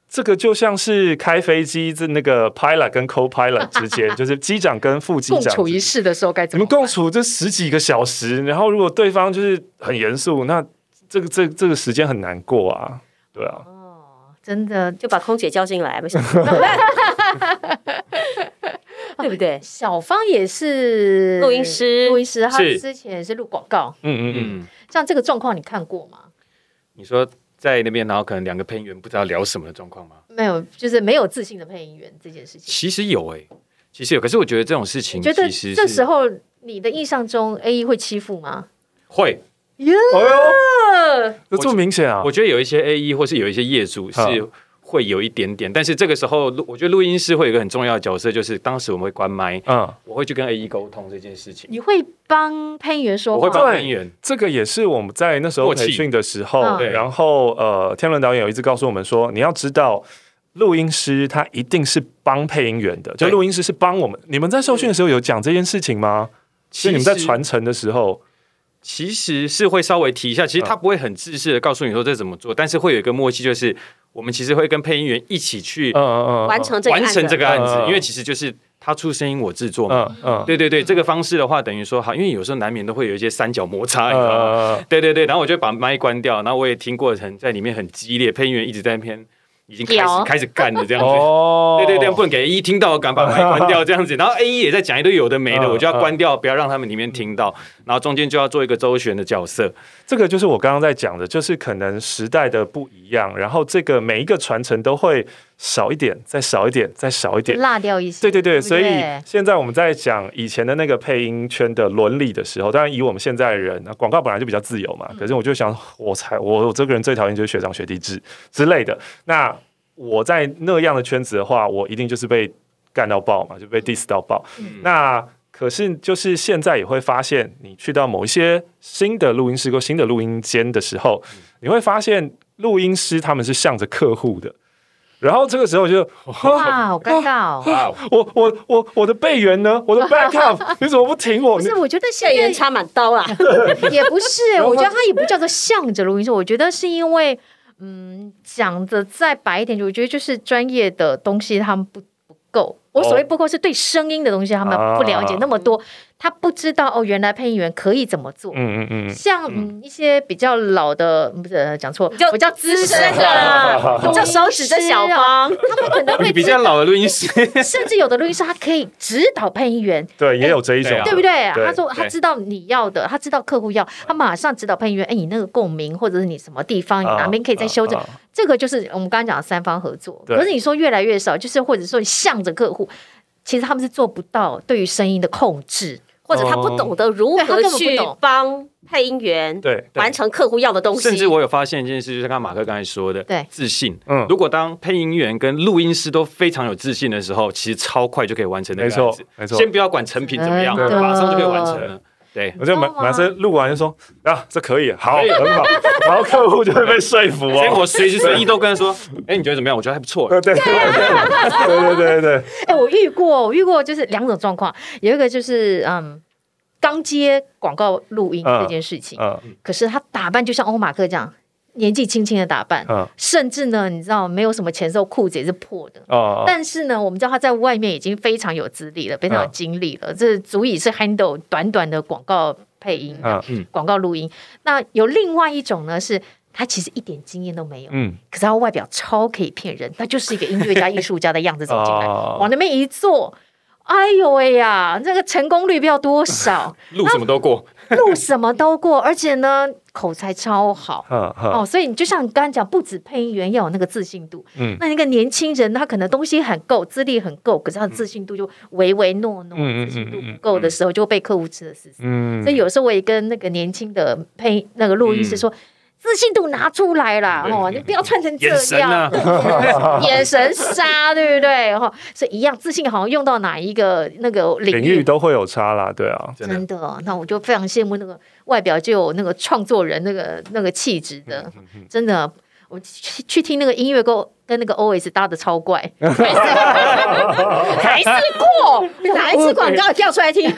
Speaker 3: 这个就像是开飞机，这那个 pilot 跟 co-pilot 之
Speaker 5: [LAUGHS]
Speaker 3: 间，就是机长跟副机
Speaker 5: 共
Speaker 3: 长
Speaker 5: 处
Speaker 3: 之
Speaker 5: 一室的时候该
Speaker 3: 你
Speaker 5: 怎么
Speaker 3: 们
Speaker 5: 办？
Speaker 3: 共处这十几个小时，然后如果对方就是很严肃，那这个这这个时间很难过啊。对啊，
Speaker 5: 哦，真
Speaker 4: [LAUGHS]
Speaker 5: 的
Speaker 4: 就把空姐叫进来
Speaker 3: [LAUGHS]
Speaker 4: 吧， [LAUGHS] 对不对？
Speaker 5: 小芳也是
Speaker 4: 录音师
Speaker 5: 录音师她
Speaker 6: 是
Speaker 5: 之前也是录广告，
Speaker 3: 嗯嗯嗯，
Speaker 6: 嗯，
Speaker 5: 像这个状况你看过吗？
Speaker 6: 你说在那边，然后可能两个配音员不知道聊什么的状况吗？
Speaker 5: 没有，就是没有自信的配音员这件事情。
Speaker 6: 其实有诶、其实有，可是我觉得这种事情
Speaker 5: 你觉得
Speaker 6: 其实是
Speaker 5: 这时候你的印象中 A E 会欺负吗？
Speaker 6: 会，
Speaker 3: 哎呦，这这么明显啊
Speaker 6: 我！觉得有一些 A E 或是有一些业主是
Speaker 3: 嗯
Speaker 6: 会有一点点，但是这个时候录，我觉得录音师会有一个很重要的角色，就是当时我们会关麦，
Speaker 3: 嗯，
Speaker 6: 我会去跟 A E 沟通这件事情，
Speaker 5: 你会帮配音员说
Speaker 6: 我
Speaker 5: 话
Speaker 6: 会
Speaker 5: 吗？
Speaker 6: 帮配音员。
Speaker 3: 这个也是我们在那时候
Speaker 6: 默契
Speaker 3: 培训的时
Speaker 5: 嗯
Speaker 3: 候，
Speaker 6: 对
Speaker 3: 然后呃，天伦导演有一直告诉我们说，你要知道。录音师他一定是帮配音员的，就
Speaker 6: 对
Speaker 3: 录音师是帮我们。你们在受训的时候有讲这件事情吗？
Speaker 6: 其
Speaker 3: 就
Speaker 6: 实
Speaker 3: 你们在传承的时候，
Speaker 6: 其实是会稍微提一下，其实他不会很自私的告诉你说这怎么做，但是会有一个默契，就是我们其实会跟配音员一起去
Speaker 3: 嗯嗯嗯，
Speaker 4: 完成这个
Speaker 6: 完成这个
Speaker 3: 案
Speaker 6: 案
Speaker 3: 子
Speaker 6: 子
Speaker 3: 嗯嗯，嗯
Speaker 6: 因为其实就是他出声音，我制作嘛。
Speaker 3: 嗯嗯，
Speaker 6: 对对对，这个方式的话，等于说好，因为有时候难免都会有一些三角摩擦，你知道吗？
Speaker 3: 呃，
Speaker 6: 对对对，然后我就把麦关掉，然后我也听过很在里面很激烈，配音员一直在那边已经开
Speaker 5: 屌
Speaker 6: 始开始干了这样子。
Speaker 3: 哦，
Speaker 6: 对对对，不能给 A 一听到，赶把麦关掉这
Speaker 3: [LAUGHS]
Speaker 6: 样子。然后 A 一也在讲一堆有的没的，
Speaker 3: 嗯
Speaker 6: 我就要关掉，不要让他们里面听到。然后中间就要做一个周旋的角色。
Speaker 3: 这个就是我刚刚在讲的，就是可能时代的不一样，然后这个每一个传承都会少一点，再少一点，再少一点。
Speaker 5: 落掉一些，
Speaker 3: 对对对，
Speaker 5: 不
Speaker 3: 所以现在我们在讲以前的那个配音圈的伦理的时候，当然以我们现在的人，那广告本来就比较自由嘛。可是我就想，我才我我这个人最讨厌就是学长学弟制之类的。那我在那样的圈子的话，我一定就是被干到爆嘛，就被 diss 到爆。那可是就是现在也会发现，你去到某一些新的录音室或新的录音间的时候，你会发现录音师他们是向着客户的。然后这个时候就
Speaker 5: 哇，好尴尬
Speaker 6: [LAUGHS]
Speaker 5: 哦。
Speaker 6: 哇哦，
Speaker 3: [LAUGHS] 我我我我的备员呢？我的
Speaker 5: [LAUGHS]
Speaker 3: backup，你怎么不挺我？
Speaker 5: 不
Speaker 3: 你
Speaker 5: 是，我觉得现
Speaker 4: 演
Speaker 5: 在 [LAUGHS]
Speaker 4: 员插满刀
Speaker 3: [LAUGHS]
Speaker 4: 啊啦，
Speaker 5: 也不是、我觉得他也不叫做向着录音师，我觉得是因为，嗯，讲的再白一点，我觉得就是专业的东西他们不不够。我所谓不够，是对声音的东西他们
Speaker 3: 啊
Speaker 5: 不了解那么多，他不知道哦，原来配音员可以怎么做。
Speaker 3: 嗯嗯嗯，
Speaker 5: 像嗯一些比较老的，嗯不是呃讲错，
Speaker 4: 较
Speaker 5: 比较资深
Speaker 4: 资深的
Speaker 3: 哦
Speaker 5: 的，
Speaker 4: 这手指这小
Speaker 5: 方，
Speaker 4: 方，
Speaker 3: 啊
Speaker 5: 啊他们
Speaker 6: [LAUGHS]
Speaker 5: 可能
Speaker 6: 你
Speaker 5: 会
Speaker 6: 比较老的录音师，
Speaker 5: 甚至有的录音师他可以指导配音员，
Speaker 3: 对，也有这一种
Speaker 6: 对啊，
Speaker 5: 哎对不对？
Speaker 3: 对嗯
Speaker 5: 他说他
Speaker 6: 对
Speaker 5: 知道你要的，他知道客户要，他马上指导配音员，哎，你那个共鸣或者是你什么地方，你
Speaker 3: 啊
Speaker 5: 哪边可以再修正
Speaker 3: 啊啊，
Speaker 5: 这个就是我们刚刚讲的三方合作。
Speaker 3: 对
Speaker 5: 可是你说越来越少，就是或者说你向着客户，其实他们是做不到对于声音的控制。
Speaker 4: 或者他不懂得如
Speaker 5: 对他
Speaker 4: 何
Speaker 5: 根本不
Speaker 4: 去
Speaker 5: 懂
Speaker 4: 帮配音员
Speaker 3: 对
Speaker 6: 对
Speaker 4: 完成客户要的东西，
Speaker 6: 甚至我有发现一件事，就是刚刚马克刚才说的，
Speaker 5: 对
Speaker 6: 自信。
Speaker 3: 嗯
Speaker 6: 嗯，如果当配音员跟录音师都非常有自信的时候，其实超快就可以完成那
Speaker 3: 没
Speaker 6: 个案
Speaker 3: 错
Speaker 6: 子。
Speaker 3: 没错。
Speaker 6: 先不要管成品怎么样，
Speaker 5: 真的
Speaker 6: 马上就可以完成了。对，
Speaker 3: 我就马
Speaker 5: 你知道吗
Speaker 3: 马上录完就说啊，这可以，好，
Speaker 6: 可以
Speaker 3: 很好，然后客户就会被说服
Speaker 6: 所以
Speaker 3: 哦。
Speaker 6: 我随时随地都跟
Speaker 3: [LAUGHS]
Speaker 6: 他说：“哎，你觉得怎么样？我觉得还不
Speaker 5: [LAUGHS]
Speaker 6: 错。
Speaker 3: 对对对对对对对，
Speaker 5: 哎，我遇过，我遇过就是两种状况，有一个就是嗯。刚接广告录音
Speaker 3: 嗯
Speaker 5: 这件事情，
Speaker 3: 嗯
Speaker 5: 可是他打扮就像欧马克这样，年纪轻轻的打扮，
Speaker 3: 嗯
Speaker 5: 甚至呢，你知道没有什么钱的时候，裤子也是破的。
Speaker 3: 哦，
Speaker 5: 但是呢，我们知道他在外面已经非常有资历了，非
Speaker 3: 嗯
Speaker 5: 常有经历了，这足以是 handle 短短的广告配音、
Speaker 3: 嗯
Speaker 5: 广告录音。那有另外一种呢，是他其实一点经验都没有，
Speaker 3: 嗯
Speaker 5: 可是他外表超可以骗人，他就是一个音乐家、艺术家的样子走进来，
Speaker 3: 哦
Speaker 5: 往那边一坐，哎呦喂呀，这个成功率不知道多
Speaker 3: [LAUGHS]
Speaker 5: 少，”
Speaker 6: 录什么都过，
Speaker 5: 录什么都过，而且呢，口才超好。
Speaker 3: 嗯嗯
Speaker 5: 哦，所以你就像你刚刚讲，不止配音员要有那个自信度，
Speaker 3: 嗯
Speaker 5: 那那个年轻人他可能东西很够，资历很够，可是他的自信度就唯唯诺诺，
Speaker 3: 嗯嗯嗯
Speaker 5: 自信度不够的时候就被客户吃的死死。
Speaker 3: 嗯，
Speaker 5: 所以有时候我也跟那个年轻的配那个录音师说。自信度拿出来啦，
Speaker 3: 嗯
Speaker 5: 哦，你不要穿成这
Speaker 6: 眼神
Speaker 5: 样，
Speaker 6: 啊
Speaker 5: 眼神杀，对不对？哦，所以一样，自信好像用到哪一个那个领
Speaker 3: 领域都会有差啦，对啊，
Speaker 6: 真
Speaker 5: 真
Speaker 6: 的
Speaker 5: 的，那我就非常羡慕那个外表就有那个创作人那个那个气质的，真的。我去去听那个音乐跟我跟那个 OS 搭的超怪，
Speaker 4: 还是过哪一次广告调出来听？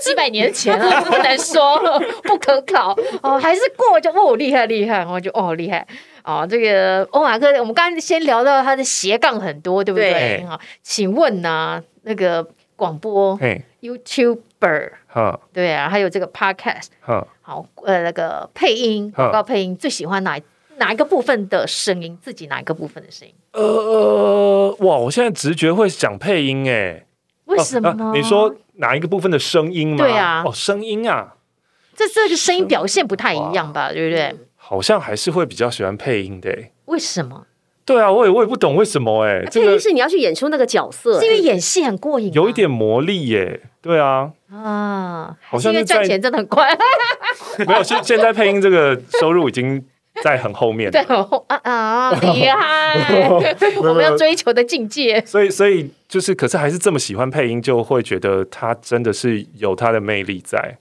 Speaker 5: 几百年前了，不能说了，不可考哦，还是过就哦厉害厉害，我就哦厉害哦，这个欧马克，我们刚才先聊到他的斜杠很多，对不对
Speaker 3: 对？
Speaker 5: 好，请问呢、那个广播
Speaker 3: 嘿，嗯
Speaker 5: YouTuber
Speaker 3: 哈
Speaker 5: 对啊，还有这个 Podcast，
Speaker 3: 哈，
Speaker 5: 好呃那个配音
Speaker 3: 嗯
Speaker 5: 广告配音最喜欢哪哪一个部分的声音？自己哪一个部分的声音？
Speaker 3: 呃，哇，我现在直觉会讲配音哎，
Speaker 5: 为什么？
Speaker 3: 哦啊你说哪一个部分的声音吗？
Speaker 5: 对啊
Speaker 3: 哦，声音啊，
Speaker 5: 这这个声音表现不太一样吧，对不对？
Speaker 3: 好像还是会比较喜欢配音的哎。
Speaker 5: 为什么？
Speaker 3: 对啊，我也我也不懂为什么哎，这
Speaker 4: 配音
Speaker 3: 个
Speaker 4: 是你要去演出那个角色
Speaker 5: 是，因为演戏很过瘾啊吗，
Speaker 3: 有一点魔力耶。对啊，
Speaker 5: 啊，
Speaker 3: 好像
Speaker 5: 还是因为
Speaker 3: 是在
Speaker 5: 赚钱真的
Speaker 3: [LAUGHS]
Speaker 5: 很快，
Speaker 3: 没有
Speaker 5: [LAUGHS]
Speaker 3: 现现在配音这个收入已经在很后面
Speaker 5: 对
Speaker 3: 了，哦
Speaker 5: 哦啊啊，
Speaker 3: [LAUGHS]
Speaker 5: 厉 [LAUGHS] 害！我们要追求的境界，
Speaker 3: 所以所以就是，可是还是这么喜欢配音，就会觉得它真的是有它的魅力在。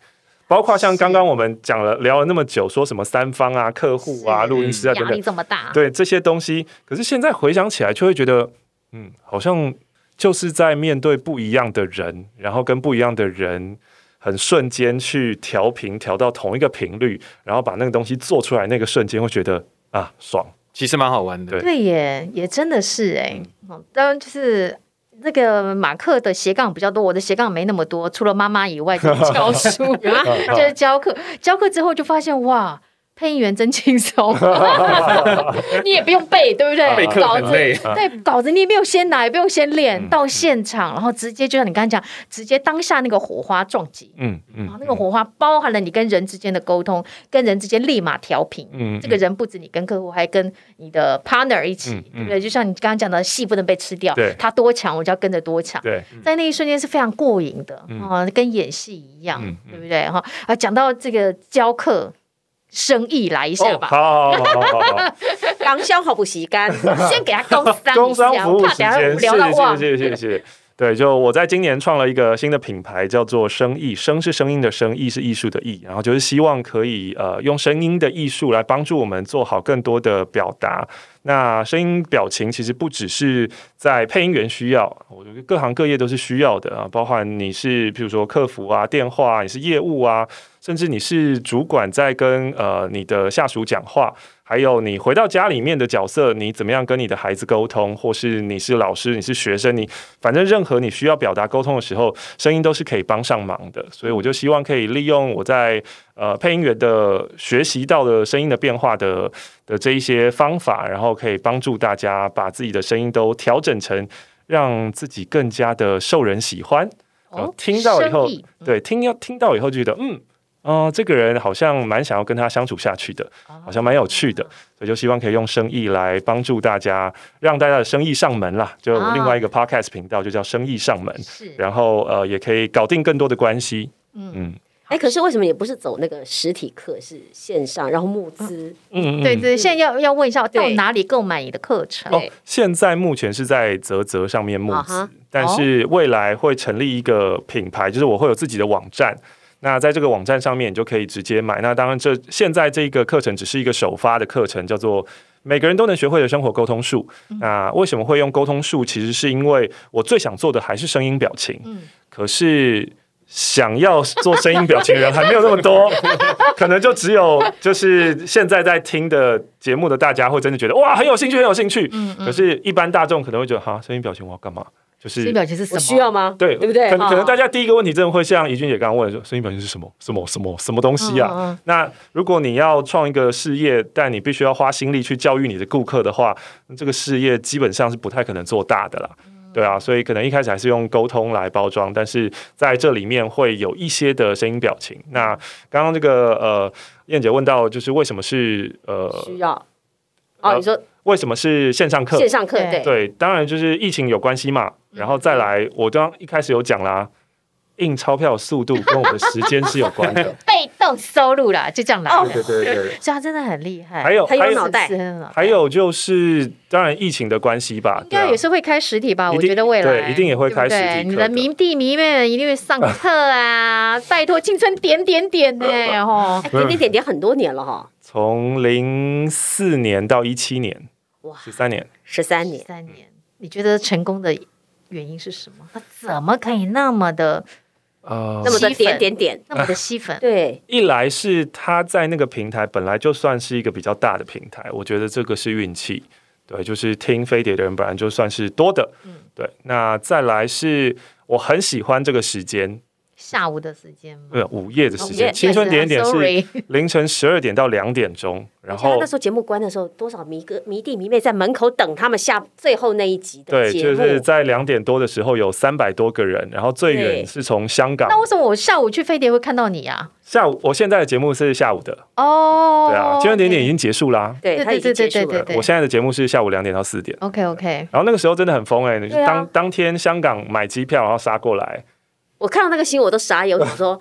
Speaker 3: 包括像刚刚我们讲了聊了那么久，说什么三方啊、客户啊、
Speaker 5: 是嗯
Speaker 3: 录音师啊等
Speaker 5: 压
Speaker 3: 等
Speaker 5: 力，这么 [LAUGHS] 大，
Speaker 3: 对这些东西，可是现在回想起来，就会觉得，嗯，好像就是在面对不一样的人，然后跟不一样的人很瞬间去调频，调到同一个频率，然后把那个东西做出来，那个瞬间会觉得啊爽。
Speaker 6: 其实蛮好玩的。
Speaker 3: 对嗯
Speaker 5: 对耶，也真的是哎。哦当然就是那个马克的斜杠比较多，我的斜杠没那么多，除了妈妈以外就是教书，
Speaker 3: [LAUGHS]
Speaker 5: [LAUGHS] 就是教课。教课之后就发现哇。配音员真
Speaker 3: [LAUGHS]
Speaker 5: 轻松，你也不用背，对不
Speaker 3: 啊
Speaker 5: 对？
Speaker 6: 备课很
Speaker 5: 稿子
Speaker 6: 累
Speaker 5: 对，稿子你也不用先拿，也不用先练，
Speaker 3: 嗯
Speaker 5: 到现场，然后直接就像你刚刚讲，直接当下那个火花撞击，
Speaker 3: 嗯嗯
Speaker 5: 啊，那个火花包含了你跟人之间的沟通，跟人之间立马调频。
Speaker 3: 嗯
Speaker 5: 这个人不止你跟客户，还跟你的 partner 一起，
Speaker 3: 嗯嗯
Speaker 5: 对不对？就像你刚刚讲的，戏不能被吃掉
Speaker 3: 对，
Speaker 5: 他多强我就要跟着多强。
Speaker 3: 对，
Speaker 5: 在那一瞬间是非常过瘾的
Speaker 3: 嗯
Speaker 5: 啊，跟演戏一样
Speaker 3: 嗯，嗯
Speaker 5: 对不对？哈啊，讲到这个教课生意来一下
Speaker 3: 哦，
Speaker 5: 吧，
Speaker 3: 好好好好好好，
Speaker 4: 刚消好补习 [LAUGHS] 干，
Speaker 5: 先给他工商
Speaker 3: 工 [LAUGHS]
Speaker 5: 一
Speaker 3: 商
Speaker 5: 下，
Speaker 3: 服
Speaker 5: 啊我
Speaker 3: 务
Speaker 5: 怕
Speaker 3: 时
Speaker 5: 等下
Speaker 3: 间，
Speaker 5: 无聊到忘。
Speaker 3: 谢谢谢谢谢谢。对，就我在今年创了一个新的品牌，叫做“生意”，声是声音的声，艺是艺术的艺，然后就是希望可以呃用声音的艺术来帮助我们做好更多的表达。那声音表情其实不只是在配音员需要，我觉得各行各业都是需要的啊，包含你是譬如说客服啊、电话啊，你是业务啊，甚至你是主管在跟呃你的下属讲话，还有你回到家里面的角色，你怎么样跟你的孩子沟通，或是你是老师，你是学生，你反正任何你需要表达沟通的时候，声音都是可以帮上忙的。 [LAUGHS] 所以我就希望可以利用我在呃配音员的学习到的声音的变化的的这一些方法，然后可以帮助大家把自己的声音都调整成让自己更加的受人喜欢。然后哦听到以后
Speaker 5: 哦生意，嗯
Speaker 3: 对，听要听到以后就觉得，嗯，哦、这个人好像蛮想要跟他相处下去的，
Speaker 5: 啊
Speaker 3: 好像蛮有趣的，所以就希望可以用生意来帮助大家，让大家的生意上门啦。就我另外一个
Speaker 5: 啊
Speaker 3: podcast 频道就叫生意上门，
Speaker 5: 是
Speaker 3: 然后呃，也可以搞定更多的关系。嗯
Speaker 4: 哎，可是为什么也不是走那个实体课，是线上，然后募资？
Speaker 3: 嗯嗯
Speaker 5: 对
Speaker 3: 嗯。
Speaker 5: 对，现在要要问一下，到
Speaker 4: 对
Speaker 5: 哪里购买你的课程？
Speaker 3: 哦，现在目前是在泽泽上面募
Speaker 4: 啊
Speaker 3: 资
Speaker 4: 哈
Speaker 3: 但是未来会成立一个品牌，就是我会有自己的网站。那在这个网站上面，你就可以直接买。那当然这，现在这个课程只是一个首发的课程，叫做每个人都能学会的生活沟通术。 [LAUGHS] 那为什么会用沟通术？其实是因为我最想做的还是声音表情，可是。想要做声音表情的人还没有那么多， [LAUGHS] 可能就只有就是现在在听的节目的大家会真的觉得哇很有兴趣很有兴趣，可是一般大众可能会觉得哈声音表情我要干嘛？就是
Speaker 5: 声音表情是
Speaker 4: 我
Speaker 5: 什么？
Speaker 4: 需要吗？
Speaker 3: 对
Speaker 4: 对不对？啊哦
Speaker 3: 可能可能大
Speaker 4: 家
Speaker 3: 家第一个问题真的会像怡君姐刚刚问说，声音表现是什么什么什么什么东西啊？
Speaker 5: 嗯嗯
Speaker 3: 那如果你要创一个事业，但你必须要花心力去教育你的顾客的话，那这个事业基本上是不太可能做大的啦。
Speaker 4: 嗯
Speaker 3: 对啊，所以可能一开始还是用沟通来包装，但是在这里面会有一些的声音表情。那刚刚这个呃，燕姐问到就是为什么是呃，
Speaker 4: 需要。
Speaker 3: 呃
Speaker 4: 哦，你说
Speaker 3: 为什么是线上课？
Speaker 4: 线上课
Speaker 5: 对
Speaker 4: 对，嗯
Speaker 3: 对，当然就是疫情有关系嘛，然后再来，我刚刚一开始有讲啦，印钞票的速度跟我们的时间是有关的。
Speaker 5: 被那种收入啦，就这样来的。
Speaker 3: 哦对对对对。
Speaker 5: 所以他真的很厉害，
Speaker 3: 还有
Speaker 4: 很有
Speaker 3: 还有
Speaker 4: 脑袋
Speaker 5: 是很好
Speaker 3: 还有就是，当然疫情的关系吧，
Speaker 5: 应
Speaker 3: 对啊
Speaker 5: 该也是会开实体吧？
Speaker 3: 一
Speaker 5: 我
Speaker 3: 定
Speaker 5: 觉得未来
Speaker 3: 对一定也会开实体
Speaker 5: 对不对
Speaker 3: 课
Speaker 5: 你的
Speaker 3: 的
Speaker 5: 迷弟迷妹们一定会上课啊！拜托，青春点点点呢，
Speaker 3: [LAUGHS]
Speaker 5: 哦，
Speaker 4: 哎，点点点点很多年了哈，
Speaker 3: 从零四年到一七年，
Speaker 4: 哇
Speaker 3: 十三年，
Speaker 4: 十三
Speaker 3: 哦
Speaker 4: 年，
Speaker 5: 三年，你觉得成功的原因是什么？他怎么可以那么的
Speaker 3: 呃
Speaker 4: 那么的
Speaker 5: 吸
Speaker 4: 点
Speaker 5: 粉
Speaker 4: 点点，
Speaker 5: 那么的吸 [LAUGHS] 粉？
Speaker 4: 对，
Speaker 3: 一来是他在那个平台本来就算是一个比较大的平台，我觉得这个是运气。对，就是听飞碟的人本来就算是多的。
Speaker 4: 嗯
Speaker 3: 对。那再来是我很喜欢这个时间，
Speaker 5: 下午的时间吗？
Speaker 3: 呃，午夜的时间，
Speaker 4: 午夜
Speaker 3: 青春点点是
Speaker 5: Sorry
Speaker 3: 凌晨十二点到两点钟，
Speaker 4: [LAUGHS]
Speaker 3: 然
Speaker 4: 而且他
Speaker 3: 后
Speaker 4: 那时候节目关的时候，多少迷哥、迷弟、迷妹在门口等他们下最后那一集的
Speaker 3: 对，
Speaker 4: 节
Speaker 3: 就
Speaker 4: 目，
Speaker 3: 是在两点多的时候有三百多个人，然后最
Speaker 4: 对
Speaker 3: 远是从香港
Speaker 5: 那为什么我下午去飞碟会看到你呀？
Speaker 3: 下午，我现在的节目是下午的，
Speaker 5: 哦，
Speaker 3: 对啊，青春点点已
Speaker 5: 经
Speaker 3: 经结束啦。
Speaker 4: 对
Speaker 5: 对
Speaker 4: 他已经
Speaker 5: 对对
Speaker 4: 结束
Speaker 5: 对
Speaker 4: 了
Speaker 5: 对。对
Speaker 3: 我现在的节目是下午两点到四点。
Speaker 5: OK OK，
Speaker 3: [LAUGHS] 然后那个时候真的很疯哎、就是
Speaker 4: 对啊
Speaker 3: 当当天香港买机票，然后杀过来，
Speaker 4: 我看到那个新闻我都傻眼，我想说。